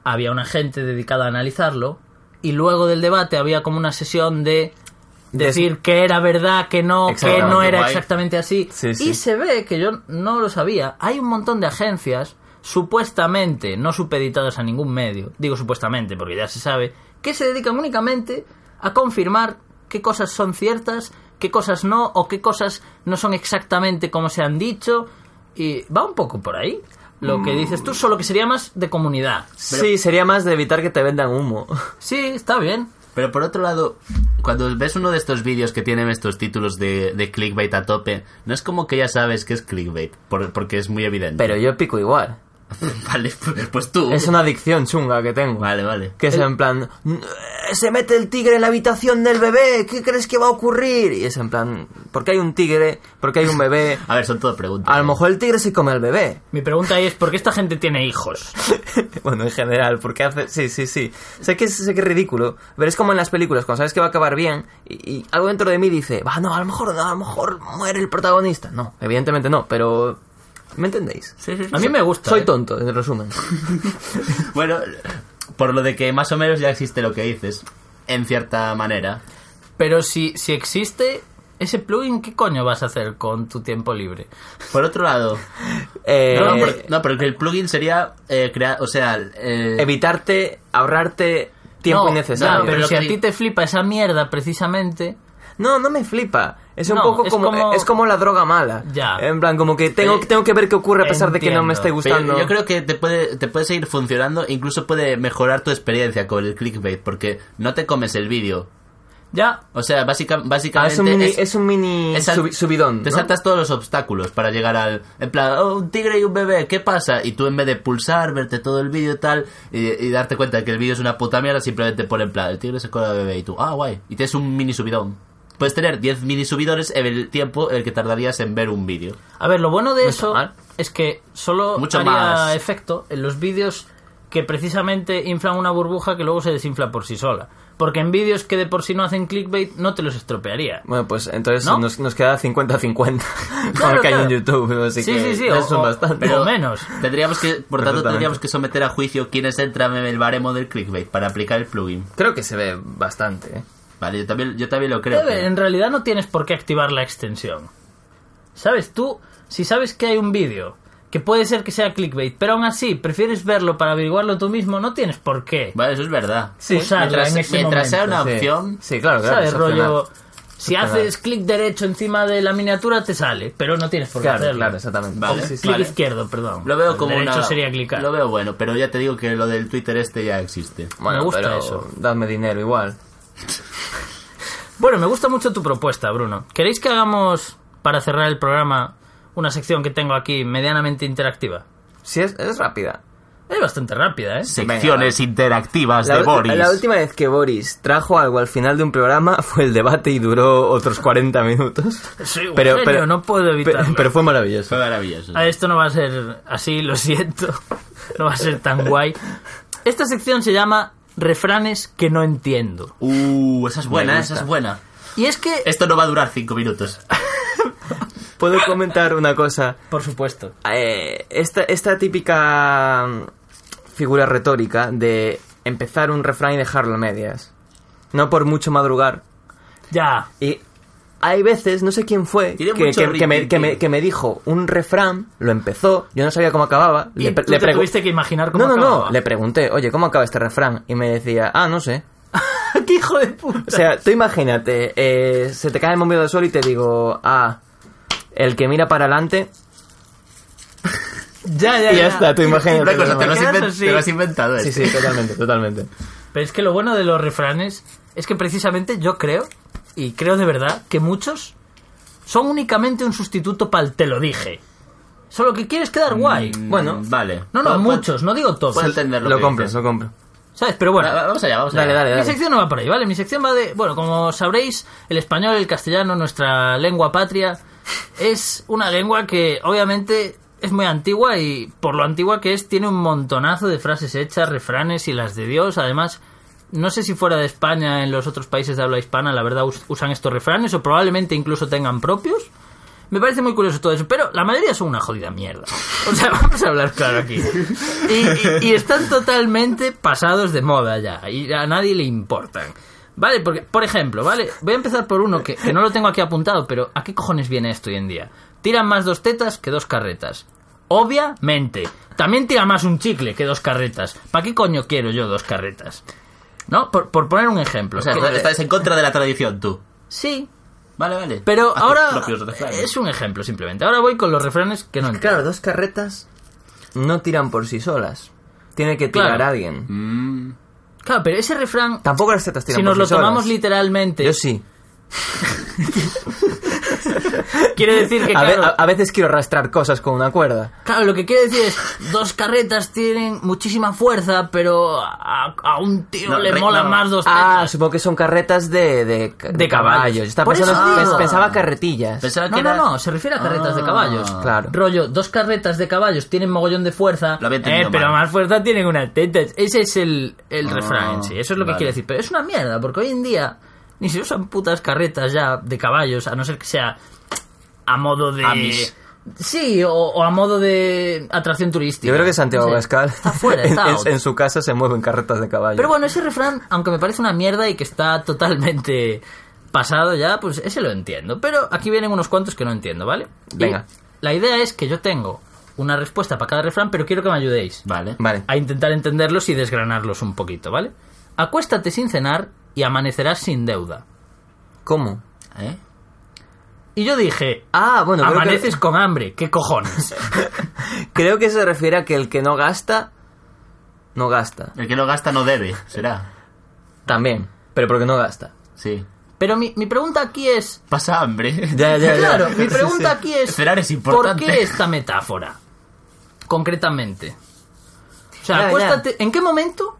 Speaker 1: había una gente dedicada a analizarlo, y luego del debate había como una sesión de decir que era verdad, que no, que
Speaker 3: Exactamente,
Speaker 1: no era
Speaker 2: guay.
Speaker 1: exactamente así.
Speaker 3: Sí,
Speaker 1: Y
Speaker 3: sí.
Speaker 1: se ve, que yo no lo sabía, hay un montón de agencias supuestamente no supeditadas a ningún medio, digo supuestamente porque ya se sabe, que se dedican únicamente a confirmar qué cosas son ciertas, qué cosas no o qué cosas no son exactamente como se han dicho y va un poco por ahí lo
Speaker 3: Mm.
Speaker 1: que dices tú, solo que sería más de comunidad.
Speaker 3: Sí, sería más de evitar que te vendan humo.
Speaker 1: Sí, está bien.
Speaker 2: Pero por otro lado, cuando ves uno de estos vídeos que tienen estos títulos de, de clickbait a tope, no es como que ya sabes que es clickbait, por- porque es muy evidente.
Speaker 3: Pero yo pico igual.
Speaker 2: <laughs> Vale, pues tú.
Speaker 3: Es una adicción chunga que tengo.
Speaker 2: Vale, vale.
Speaker 3: Que es en plan, "Mm, eh, se mete el tigre en la habitación del bebé, ¿qué crees que va a ocurrir? Y es en plan, ¿por qué hay un tigre? ¿Por qué hay un bebé?
Speaker 2: A ver, son todo preguntas.
Speaker 3: A lo mejor el tigre se come al bebé.
Speaker 1: Mi pregunta es, ¿por qué esta gente tiene hijos?
Speaker 3: <laughs> bueno, en general, porque hace... Sí, sí, sí. Sé que, es- sé que es ridículo, pero es como en las películas, cuando sabes que va a acabar bien y, y algo dentro de mí dice, va, no, a lo mejor, no, a lo mejor muere el protagonista. No, evidentemente no, pero... ¿Me entendéis?
Speaker 1: A mí me gusta.
Speaker 3: Soy
Speaker 1: ¿eh?
Speaker 3: tonto, en resumen.
Speaker 2: Bueno, por lo de que más o menos ya existe lo que dices, en cierta manera.
Speaker 1: Pero si, si existe ese plugin, ¿qué coño vas a hacer con tu tiempo libre?
Speaker 2: Por otro lado,
Speaker 3: <laughs> Eh,
Speaker 2: no, no, por- no, pero que el plugin sería eh, crear, o sea, eh,
Speaker 3: Evitarte, ahorrarte tiempo
Speaker 1: No,
Speaker 3: innecesario.
Speaker 1: no, pero,
Speaker 2: Pero
Speaker 1: si
Speaker 2: que
Speaker 1: a
Speaker 2: di-
Speaker 1: ti te flipa esa mierda precisamente,
Speaker 3: No, no me flipa. Es un
Speaker 1: No,
Speaker 3: poco
Speaker 1: es
Speaker 3: como,
Speaker 1: como-
Speaker 3: Es como la droga mala.
Speaker 1: Ya.
Speaker 3: En plan, como que tengo,
Speaker 2: Eh,
Speaker 3: tengo que ver qué ocurre a pesar de que no me
Speaker 1: entiendo.
Speaker 3: esté
Speaker 2: pero
Speaker 3: gustando.
Speaker 2: yo creo que te puede, te puede seguir funcionando, incluso puede mejorar tu experiencia con el clickbait, porque no te comes el vídeo.
Speaker 1: ya.
Speaker 2: O sea, básica-
Speaker 3: Ah,
Speaker 2: básicamente
Speaker 3: es un mini,
Speaker 2: es-
Speaker 3: es, un mini
Speaker 2: Esa-
Speaker 3: subi- subidón.
Speaker 2: Te
Speaker 3: ¿no?
Speaker 2: saltas todos los obstáculos para llegar al. En plan, oh, un tigre y un bebé, ¿qué pasa? Y tú en vez de pulsar, verte todo el vídeo y tal, y, y darte cuenta de que el vídeo es una puta mierda, simplemente pone en plan, el tigre se cola al bebé y tú, ah, guay. Y tienes un mini subidón. Puedes tener 10 mini subidores en el tiempo en el que tardarías en ver un vídeo.
Speaker 1: A ver, lo bueno de eso
Speaker 3: mal.
Speaker 1: es que solo
Speaker 2: Mucho
Speaker 1: haría
Speaker 2: más.
Speaker 1: efecto en los vídeos que precisamente inflan una burbuja que luego se desinfla por sí sola. Porque en vídeos que de por sí no hacen clickbait, no te los estropearía.
Speaker 3: Bueno, pues entonces
Speaker 1: ¿No?
Speaker 3: nos, nos
Speaker 1: <laughs>
Speaker 3: queda 50-50
Speaker 1: Claro,
Speaker 3: con lo que hay
Speaker 1: claro.
Speaker 3: en YouTube. Así
Speaker 1: Sí,
Speaker 3: que
Speaker 1: sí, sí, o-
Speaker 3: eso es
Speaker 1: o-
Speaker 3: bastante.
Speaker 1: pero- menos.
Speaker 2: Tendríamos que, por tanto,
Speaker 3: Perfectamente.
Speaker 2: tendríamos que someter a juicio quienes entran en el baremo del clickbait para aplicar el plugin.
Speaker 3: Creo que se ve bastante. ¿eh?
Speaker 2: Vale, yo también, yo también lo creo.
Speaker 1: Debe-
Speaker 2: pero-
Speaker 1: en realidad no tienes por qué activar la extensión. ¿Sabes? Tú, si sabes que hay un vídeo que puede ser que sea clickbait, pero aún así prefieres verlo para averiguarlo tú mismo, no tienes por qué.
Speaker 2: Vale, eso es verdad.
Speaker 1: Sí, Usarla
Speaker 2: mientras
Speaker 1: en ese
Speaker 2: mientras sea una
Speaker 1: momento,
Speaker 3: Sí.
Speaker 2: opción,
Speaker 3: Sí, claro, claro.
Speaker 1: ¿Sabes?
Speaker 3: es opcional.
Speaker 1: Rollo, si
Speaker 3: Opcional.
Speaker 1: haces clic derecho encima de la miniatura te sale, pero no tienes por qué
Speaker 3: Claro,
Speaker 1: hacerlo.
Speaker 3: claro, exactamente.
Speaker 2: Vale.
Speaker 3: Sí, sí, sí.
Speaker 1: Clic
Speaker 2: Vale.
Speaker 1: izquierdo, perdón.
Speaker 2: Lo veo
Speaker 1: El
Speaker 2: como
Speaker 1: derecho
Speaker 2: una...
Speaker 1: sería clicar.
Speaker 2: Lo veo bueno, pero ya te digo que lo del Twitter este ya existe.
Speaker 3: Bueno,
Speaker 1: Me gusta
Speaker 3: pero
Speaker 1: eso.
Speaker 3: Dadme dinero igual.
Speaker 1: Bueno, me gusta mucho tu propuesta, Bruno. ¿Queréis que hagamos, para cerrar el programa, una sección que tengo aquí medianamente interactiva?
Speaker 3: Sí, es, es rápida.
Speaker 1: Es bastante rápida, ¿eh?
Speaker 2: Secciones interactivas
Speaker 3: La,
Speaker 2: de
Speaker 3: ulti-
Speaker 2: Boris.
Speaker 3: la última vez que Boris trajo algo al final de un programa <laughs> fue el debate y duró otros 40 minutos.
Speaker 1: Soy un genio, no puedo evitarlo.
Speaker 3: Pero, pero fue maravilloso.
Speaker 2: Fue maravilloso.
Speaker 1: Ah, esto no va a ser así, lo siento. <laughs> No va a ser tan guay. Esta sección se llama Refranes que no entiendo.
Speaker 2: Uh, esa es buena,
Speaker 3: Me
Speaker 2: esa
Speaker 3: gusta.
Speaker 2: es buena.
Speaker 1: Y es que...
Speaker 2: Esto no va a durar cinco
Speaker 3: <laughs>
Speaker 2: minutos.
Speaker 3: Puedo comentar una cosa.
Speaker 1: Por supuesto.
Speaker 3: Eh, esta, esta típica mm, figura retórica de empezar un refrán y dejarlo a medias. No por mucho madrugar.
Speaker 1: Ya.
Speaker 3: Y hay veces, no sé quién fue,
Speaker 2: Tiene
Speaker 3: que,
Speaker 2: mucho
Speaker 3: que- que me,
Speaker 2: rin,
Speaker 3: que me-
Speaker 2: tin, tin.
Speaker 3: que me dijo un refrán, lo empezó, yo no sabía cómo acababa.
Speaker 1: Y
Speaker 3: pre-
Speaker 1: tú te
Speaker 3: pregu-
Speaker 1: tuviste que imaginar cómo
Speaker 3: No, no,
Speaker 1: acababa.
Speaker 3: no. Le pregunté, oye, ¿cómo acaba este refrán? Y me decía, ah, no sé.
Speaker 1: <laughs> ¡Qué hijo de puta!
Speaker 3: O sea, tú imagínate, eh, se te cae el bombillo del sol y te digo, ah, el que mira para adelante.
Speaker 1: <laughs> ya, ya,
Speaker 3: Y ya está, tú imagínate.
Speaker 2: Una cosa,
Speaker 3: nada
Speaker 2: te lo,
Speaker 3: más.
Speaker 2: has
Speaker 1: quedas
Speaker 2: inven-
Speaker 1: así.
Speaker 2: te lo has inventado.
Speaker 3: Sí,
Speaker 2: este.
Speaker 3: sí, totalmente,
Speaker 1: <laughs>
Speaker 3: totalmente.
Speaker 1: Pero es que lo bueno de los refranes es que precisamente yo creo, y creo de verdad, que muchos son únicamente un sustituto para el te lo dije. Solo que quieres quedar guay.
Speaker 2: Mm,
Speaker 3: Bueno.
Speaker 2: vale.
Speaker 1: No, no,
Speaker 2: Puedo-
Speaker 1: muchos, no digo todos.
Speaker 2: Puedo entender lo,
Speaker 3: Lo
Speaker 2: que
Speaker 3: compro,
Speaker 2: dices.
Speaker 3: lo compro.
Speaker 1: ¿Sabes? Pero bueno.
Speaker 2: Va- va- Vamos allá, vamos allá.
Speaker 3: Dale, dale,
Speaker 1: Mi
Speaker 3: dale.
Speaker 1: sección no va por ahí, ¿vale? Mi sección va de... Bueno, como sabréis, el español, el castellano, nuestra lengua patria, es una lengua que obviamente es muy antigua y por lo antigua que es tiene un montonazo de frases hechas, refranes y las de Dios. Además, no sé si fuera de España, en los otros países de habla hispana, la verdad us- usan estos refranes o probablemente incluso tengan propios. Me parece muy curioso todo eso, pero la mayoría son una jodida mierda. O sea, <laughs> vamos a hablar claro aquí. Y, y- y están totalmente pasados de moda ya, y a nadie le importan. Vale, porque, por ejemplo, vale, voy a empezar por uno que, que no lo tengo aquí apuntado, pero ¿a qué cojones viene esto hoy en día? Tiran más dos tetas que dos carretas. Obviamente. También tira más un chicle que dos carretas. ¿Para qué coño quiero yo dos carretas? ¿No? Por, por poner un ejemplo.
Speaker 2: O sea,
Speaker 1: Que-
Speaker 2: estás en contra de la tradición, tú.
Speaker 1: Sí,
Speaker 2: Vale, vale. Haz
Speaker 1: pero
Speaker 2: tus
Speaker 1: ahora
Speaker 2: propios refranes.
Speaker 1: es un ejemplo simplemente. Ahora voy con los refranes que no entiendo.
Speaker 3: Claro, dos carretas no tiran por sí solas. Tiene que tirar
Speaker 1: Claro.
Speaker 3: alguien.
Speaker 2: Mm.
Speaker 1: Claro, pero ese refrán,
Speaker 3: Tampoco las tetas tiran
Speaker 1: si
Speaker 3: por
Speaker 1: nos
Speaker 3: sí
Speaker 1: lo tomamos
Speaker 3: solas.
Speaker 1: literalmente,
Speaker 3: Yo sí.
Speaker 1: quiere decir que
Speaker 3: <laughs> A, ve-
Speaker 1: claro,
Speaker 3: a- a veces quiero arrastrar cosas con una cuerda.
Speaker 1: claro, lo que quiere decir es dos carretas tienen muchísima fuerza, pero a, a un tío
Speaker 2: No,
Speaker 1: le
Speaker 2: re-
Speaker 1: molan
Speaker 2: no.
Speaker 1: más dos
Speaker 3: Ah,
Speaker 1: tetas.
Speaker 3: supongo que son carretas de, de,
Speaker 1: De caballos.
Speaker 3: Yo estaba
Speaker 1: Por
Speaker 3: pensando-
Speaker 1: eso
Speaker 3: pens-
Speaker 1: digo.
Speaker 3: pensaba carretillas.
Speaker 2: Pensaba
Speaker 1: no,
Speaker 2: que
Speaker 1: no,
Speaker 2: era-
Speaker 1: no, se refiere a carretas de
Speaker 2: Ah.
Speaker 1: caballos.
Speaker 3: Claro.
Speaker 1: Rollo, dos carretas de caballos tienen mogollón de fuerza,
Speaker 2: Lo había
Speaker 1: eh,
Speaker 2: entendido
Speaker 1: pero
Speaker 2: mal.
Speaker 1: más fuerza tienen unas tetas. Ese es el, el
Speaker 2: Ah,
Speaker 1: refrán en sí, eso es lo que
Speaker 2: vale.
Speaker 1: quiere decir. Pero es una mierda, porque hoy en día ni se usan putas carretas ya de caballos, a no ser que sea a modo de...
Speaker 2: Amish.
Speaker 1: Sí, o, o a modo de atracción turística.
Speaker 3: Yo creo que Santiago
Speaker 1: No sé.
Speaker 3: Pascal
Speaker 1: Está fuera,
Speaker 2: <laughs>
Speaker 3: <laughs> en-
Speaker 1: está
Speaker 3: en,
Speaker 1: out.
Speaker 3: en su casa se mueven carretas de caballo.
Speaker 1: Pero bueno, ese refrán, aunque me parece una mierda y que está totalmente pasado ya, pues ese lo entiendo. Pero aquí vienen unos cuantos que no entiendo, ¿vale? Y
Speaker 3: Venga.
Speaker 1: la idea es que yo tengo una respuesta para cada refrán, pero quiero que me ayudéis
Speaker 2: Vale.
Speaker 3: Vale.
Speaker 1: a intentar entenderlos y desgranarlos un poquito, ¿vale? Acuéstate sin cenar y amanecerás sin deuda.
Speaker 3: ¿Cómo?
Speaker 2: ¿Eh?
Speaker 1: Y yo dije,
Speaker 3: Ah, bueno, creo que-
Speaker 1: amaneces con hambre, ¿qué cojones?
Speaker 3: <laughs> Creo que se refiere a que el que no gasta, no gasta.
Speaker 2: El que no gasta no debe, será.
Speaker 3: También, pero porque no gasta.
Speaker 2: Sí.
Speaker 1: Pero mi, mi pregunta aquí es...
Speaker 2: Pasa hambre.
Speaker 3: Ya, ya, ya.
Speaker 1: Claro, mi pregunta
Speaker 2: sí.
Speaker 1: aquí es...
Speaker 2: Cenar es
Speaker 1: ¿Por
Speaker 2: importante.
Speaker 1: qué esta metáfora? Concretamente. O sea,
Speaker 3: Ya, ya.
Speaker 1: acuéstate... ¿En qué momento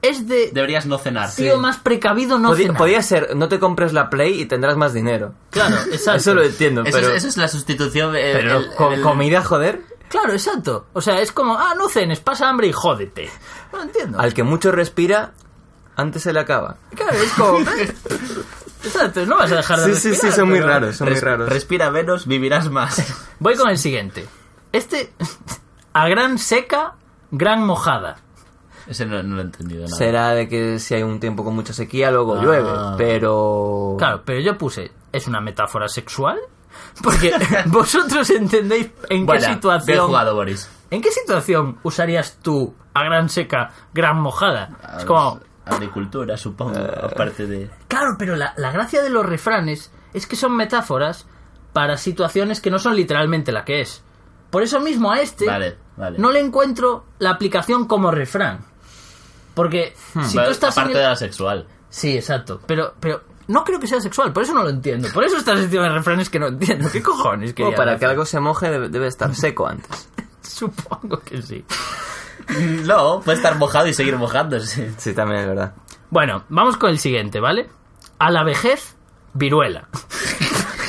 Speaker 1: es de
Speaker 2: Deberías no cenar.
Speaker 1: tío más precavido no
Speaker 3: Podí-
Speaker 1: cenar?
Speaker 3: podía ser, no te compres la Play y tendrás más dinero. <laughs>
Speaker 1: Claro, exacto.
Speaker 3: Eso lo entiendo,
Speaker 2: Eso,
Speaker 3: pero...
Speaker 2: es, eso es la sustitución. eh,
Speaker 3: pero
Speaker 2: el-
Speaker 3: co-
Speaker 2: el-
Speaker 3: comida, joder,
Speaker 1: Claro, exacto. O sea, es como, ah, no cenes, pasa hambre y jódete. No entiendo.
Speaker 3: al que mucho respira, antes se le acaba.
Speaker 1: Claro, es como... exacto, no vas a dejar de
Speaker 3: Sí, sí, sí,
Speaker 1: respirar,
Speaker 3: son muy
Speaker 1: pero-
Speaker 3: raros, son muy
Speaker 2: res-
Speaker 3: raros.
Speaker 2: Respira menos,
Speaker 1: <laughs>
Speaker 2: vivirás más.
Speaker 1: Voy con el siguiente. Este, <laughs> a gran seca, gran mojada.
Speaker 2: Ese no, no lo he entendido nada.
Speaker 3: Será de que si hay un tiempo con mucha sequía, luego
Speaker 2: Ah.
Speaker 3: llueve, pero...
Speaker 1: Claro, pero yo puse, ¿es una metáfora sexual? Porque <laughs> vosotros entendéis en
Speaker 2: Bueno,
Speaker 1: qué
Speaker 2: Bien
Speaker 1: situación...
Speaker 2: jugado, Boris.
Speaker 1: ¿En qué situación usarías tú a gran seca, gran mojada? Es como... Eh,
Speaker 2: Agricultura, supongo. Aparte de.
Speaker 1: Claro, pero la, la gracia de los refranes es que son metáforas para situaciones que no son literalmente la que es. Por eso mismo a este
Speaker 2: Vale, vale.
Speaker 1: no le encuentro la aplicación como refrán. Porque si tú
Speaker 2: Vale,
Speaker 1: estás... en
Speaker 2: Hmm. aparte
Speaker 1: el-
Speaker 2: de la sexual. <laughs>
Speaker 1: Sí, exacto. Pero, pero no creo que sea sexual, por eso no lo entiendo. Por eso estas sección de refranes que no entiendo. ¿Qué cojones?
Speaker 3: O
Speaker 1: querían
Speaker 3: para
Speaker 1: hacer?
Speaker 3: que algo se moje debe, debe estar seco antes.
Speaker 1: Supongo que sí.
Speaker 2: No, puede estar mojado y seguir mojándose.
Speaker 3: Sí, también es verdad.
Speaker 1: Bueno, vamos con el siguiente, ¿vale? A la vejez, viruela.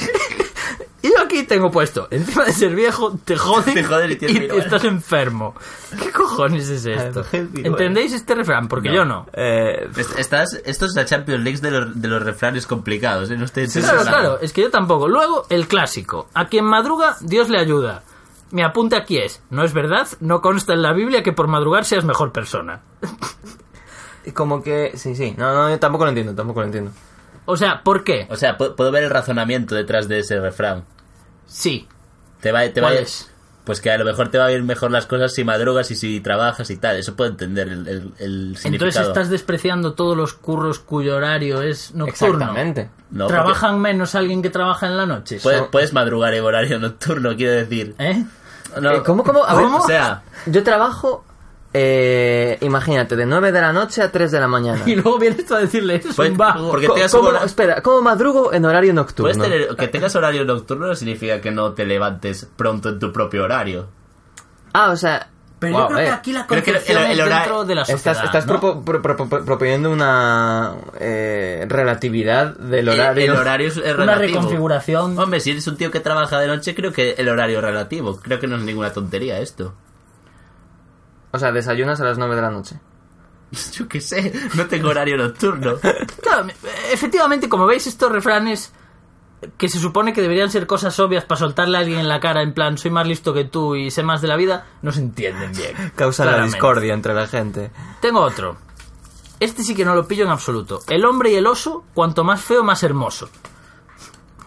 Speaker 1: <laughs> y yo aquí tengo puesto, encima de ser viejo, te joden,
Speaker 2: Te joden y tienes viruela.
Speaker 1: estás enfermo. ¿Qué cojones es esto?
Speaker 2: vejez, viruela.
Speaker 1: ¿Entendéis este refrán? Porque yo no.
Speaker 3: Eh,
Speaker 2: Es- Estás, esto es la Champions League de los, de los refranes complicados, ¿eh? No estoy
Speaker 1: Claro, claro, es que yo tampoco. Luego, el clásico. A quien madruga, Dios le ayuda. Mi apunte aquí es, no es verdad, no consta en la Biblia que por madrugar seas mejor persona.
Speaker 3: como que... Sí, sí. No, no, yo tampoco lo entiendo, tampoco lo entiendo.
Speaker 1: O sea, ¿por qué?
Speaker 2: O sea, pu- puedo ver el razonamiento detrás de ese refrán.
Speaker 1: Sí,
Speaker 2: Te va, te va-
Speaker 1: ¿Cuál es?
Speaker 2: Pues que a lo mejor te va a ir mejor las cosas si madrugas y si trabajas y tal. Eso puedo entender el, el- el
Speaker 1: Entonces
Speaker 2: significado.
Speaker 1: estás despreciando todos los curros cuyo horario es nocturno.
Speaker 3: Exactamente.
Speaker 2: No, porque
Speaker 1: ¿Trabajan menos alguien que trabaja en la noche?
Speaker 2: puedes, puedes madrugar en horario <laughs> nocturno, quiero decir.
Speaker 1: ¿Eh?
Speaker 2: No,
Speaker 3: Eh, ¿Cómo, cómo? A ver,
Speaker 2: O
Speaker 3: <laughs>
Speaker 2: sea,
Speaker 3: Yo trabajo, eh, imagínate, de 9 de la noche a 3 de la mañana.
Speaker 1: <laughs> Y luego vienes tú a decirle, eres
Speaker 2: Pues,
Speaker 1: un vago.
Speaker 2: porque- que
Speaker 3: Co-
Speaker 2: tengas
Speaker 3: ¿cómo-
Speaker 2: un hora-
Speaker 3: Espera, ¿cómo madrugo en horario nocturno?
Speaker 2: puedes tener, que tengas horario nocturno no significa que no te levantes pronto en tu propio horario.
Speaker 3: Ah, o sea...
Speaker 1: Pero
Speaker 3: wow,
Speaker 1: yo creo
Speaker 3: eh.
Speaker 1: que aquí la
Speaker 2: creo que el-
Speaker 1: concepción
Speaker 2: el- el
Speaker 1: es
Speaker 2: hora-
Speaker 1: dentro de la sociedad,
Speaker 3: Estás, estás
Speaker 1: ¿no?
Speaker 3: propo- pro- pro- pro- proponiendo una eh, relatividad del horario.
Speaker 2: El, el horario es, es
Speaker 1: Una
Speaker 2: relativo.
Speaker 1: reconfiguración.
Speaker 2: Hombre, si eres un tío que trabaja de noche, creo que el horario es relativo. Creo que no es ninguna tontería esto. <laughs>
Speaker 3: O sea, desayunas a las 9 de la noche.
Speaker 2: Yo qué sé, no tengo horario
Speaker 3: <laughs>
Speaker 2: nocturno.
Speaker 1: Claro, efectivamente, como veis, estos refranes que se supone que deberían ser cosas obvias para soltarle a alguien en la cara, en plan, soy más listo que tú y sé más de la vida, no se entienden bien.
Speaker 3: <laughs> Causa la
Speaker 1: claramente.
Speaker 3: discordia entre la gente.
Speaker 1: Tengo otro. Este sí que no lo pillo en absoluto. El hombre y el oso, cuanto más feo, más hermoso.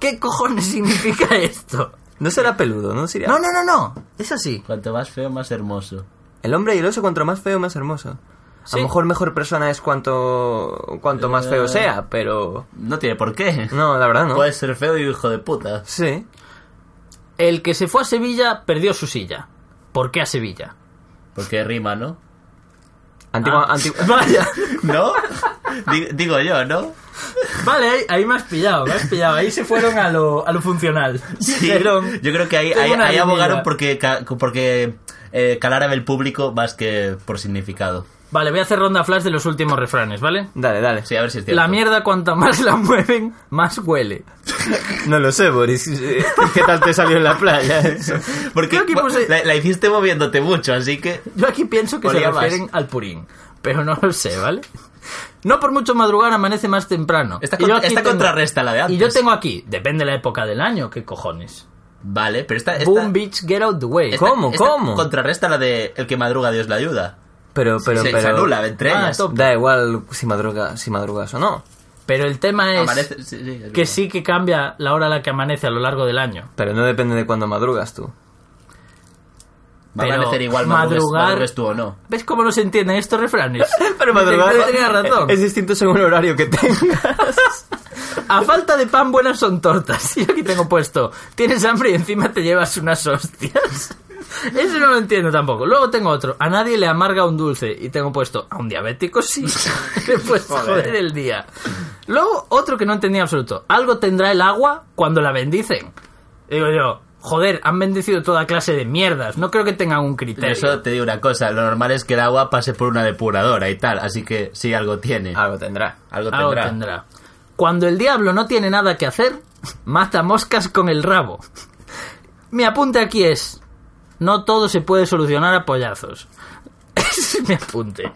Speaker 1: ¿Qué cojones <laughs> significa esto?
Speaker 3: No será peludo, ¿no? Sería...
Speaker 1: No, no, no, no. Es así.
Speaker 2: Cuanto más feo, más hermoso.
Speaker 3: El hombre y el oso, cuanto más feo, más hermoso.
Speaker 1: Sí.
Speaker 3: A lo mejor mejor persona es cuanto, cuanto más feo sea, pero...
Speaker 2: No tiene por qué.
Speaker 3: No, la verdad no.
Speaker 2: Puedes ser feo y hijo de puta.
Speaker 3: Sí.
Speaker 1: El que se fue a Sevilla perdió su silla. ¿Por qué a
Speaker 3: <laughs>
Speaker 1: Sevilla?
Speaker 2: Porque rima, ¿no?
Speaker 3: Antigua, antigua- <laughs>
Speaker 1: Vaya.
Speaker 2: ¿No? <laughs> Di- Digo yo, ¿no?
Speaker 1: Vale, ahí, ahí me has pillado, me has pillado. Ahí se fueron a lo, a lo funcional.
Speaker 2: Sí,
Speaker 1: Dijeron,
Speaker 2: yo creo que ahí,
Speaker 1: tengo
Speaker 2: ahí-
Speaker 1: una
Speaker 2: ahí abogaron
Speaker 1: avenida.
Speaker 2: porque, ca- porque eh, calaran el público más que por significado.
Speaker 1: Vale, voy a hacer ronda flash de los últimos refranes, ¿vale?
Speaker 3: Dale, dale.
Speaker 2: Sí, a ver si es cierto.
Speaker 1: La mierda cuanta más la mueven, más huele.
Speaker 3: No lo sé, Boris. ¿Qué tal te salió en la playa?
Speaker 1: <laughs>
Speaker 2: Porque
Speaker 1: Creo que
Speaker 2: bueno,
Speaker 1: puse-
Speaker 2: la, la hiciste moviéndote mucho, así que...
Speaker 1: Yo aquí pienso que se
Speaker 2: Olía más.
Speaker 1: refieren al purín, pero no lo sé, ¿vale? No por mucho madrugar amanece más temprano.
Speaker 2: Esta
Speaker 1: Y yo
Speaker 2: con-
Speaker 1: aquí
Speaker 2: esta
Speaker 1: tengo-
Speaker 2: contrarresta la de antes.
Speaker 1: Y yo tengo aquí, depende de la época del año, ¿qué cojones?
Speaker 2: Vale, pero esta... esta
Speaker 1: Boom, bitch, get out the way.
Speaker 2: esta-
Speaker 3: ¿Cómo?
Speaker 2: esta
Speaker 3: ¿Cómo?
Speaker 2: Contrarresta la de el que madruga Dios le ayuda.
Speaker 3: Pero, pero,
Speaker 2: se,
Speaker 3: pero...
Speaker 2: se anula entre
Speaker 1: Ah,
Speaker 2: ellas.
Speaker 1: top.
Speaker 3: Da igual si, madruga, si madrugas o no.
Speaker 1: Pero el tema es
Speaker 2: Amanece- sí, sí, es
Speaker 1: que
Speaker 2: verdad.
Speaker 1: sí que cambia la hora a la que amanece a lo largo del año.
Speaker 3: Pero no depende de cuándo madrugas tú.
Speaker 2: Va a
Speaker 1: pero
Speaker 2: amanecer igual madrugues,
Speaker 1: madrugar-
Speaker 2: madrugues tú o no.
Speaker 1: ¿Ves cómo no se entienden estos
Speaker 2: <laughs>
Speaker 1: refranes?
Speaker 3: Pero
Speaker 1: madrugar- Yo tenía razón.
Speaker 3: Es distinto según el horario que tengas.
Speaker 1: A falta de pan, buenas son tortas. <laughs> Yo aquí tengo puesto, tienes hambre y encima te llevas unas hostias. <laughs> Eso no lo entiendo tampoco. Luego tengo otro, a nadie le amarga un dulce. Y tengo puesto, a un diabético sí. Le he puesto, joder. el día. Luego otro que no entendía en absoluto, algo tendrá el agua cuando la bendicen. Digo yo, joder, han bendecido toda clase de mierdas. No creo que tengan un criterio.
Speaker 2: Pero eso te digo una cosa, lo normal es que el agua pase por una depuradora y tal, así que sí, algo tiene.
Speaker 3: Algo tendrá.
Speaker 2: Ah, Algo
Speaker 1: Algo
Speaker 2: tendrá.
Speaker 1: tendrá. Cuando el diablo no tiene nada que hacer, mata moscas con el rabo. Mi apunte aquí es, no todo se puede solucionar a pollazos. <laughs> Ese es mi apunte.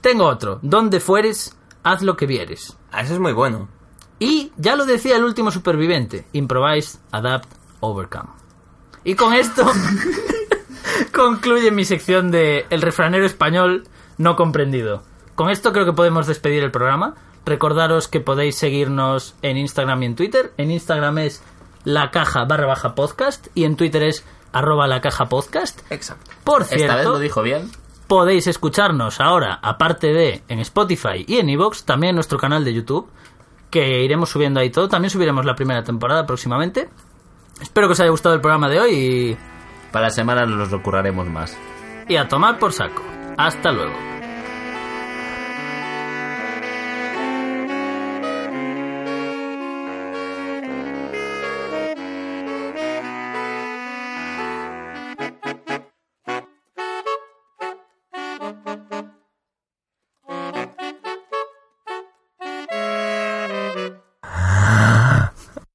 Speaker 1: Tengo otro, donde fueres, haz lo que vieres.
Speaker 3: Ah, eso es muy bueno.
Speaker 1: Y ya lo decía el último superviviente, improvise, adapt, overcome. Y con
Speaker 2: <laughs>
Speaker 1: esto concluye mi sección de El refranero español no comprendido. Con esto creo que podemos despedir el programa. Recordaros que podéis seguirnos en Instagram y en Twitter. En Instagram es la caja barra baja podcast y en Twitter es arroba la caja podcast.
Speaker 3: Exacto.
Speaker 1: Por
Speaker 2: Esta
Speaker 1: cierto,
Speaker 2: vez lo dijo bien.
Speaker 1: Podéis escucharnos ahora, aparte de en Spotify y en Evox, también en nuestro canal de YouTube, que iremos subiendo ahí todo. También subiremos la primera temporada próximamente. Espero que os haya gustado el programa de hoy
Speaker 2: Para la semana nos lo curraremos más.
Speaker 1: y, y a tomar por saco. Hasta luego.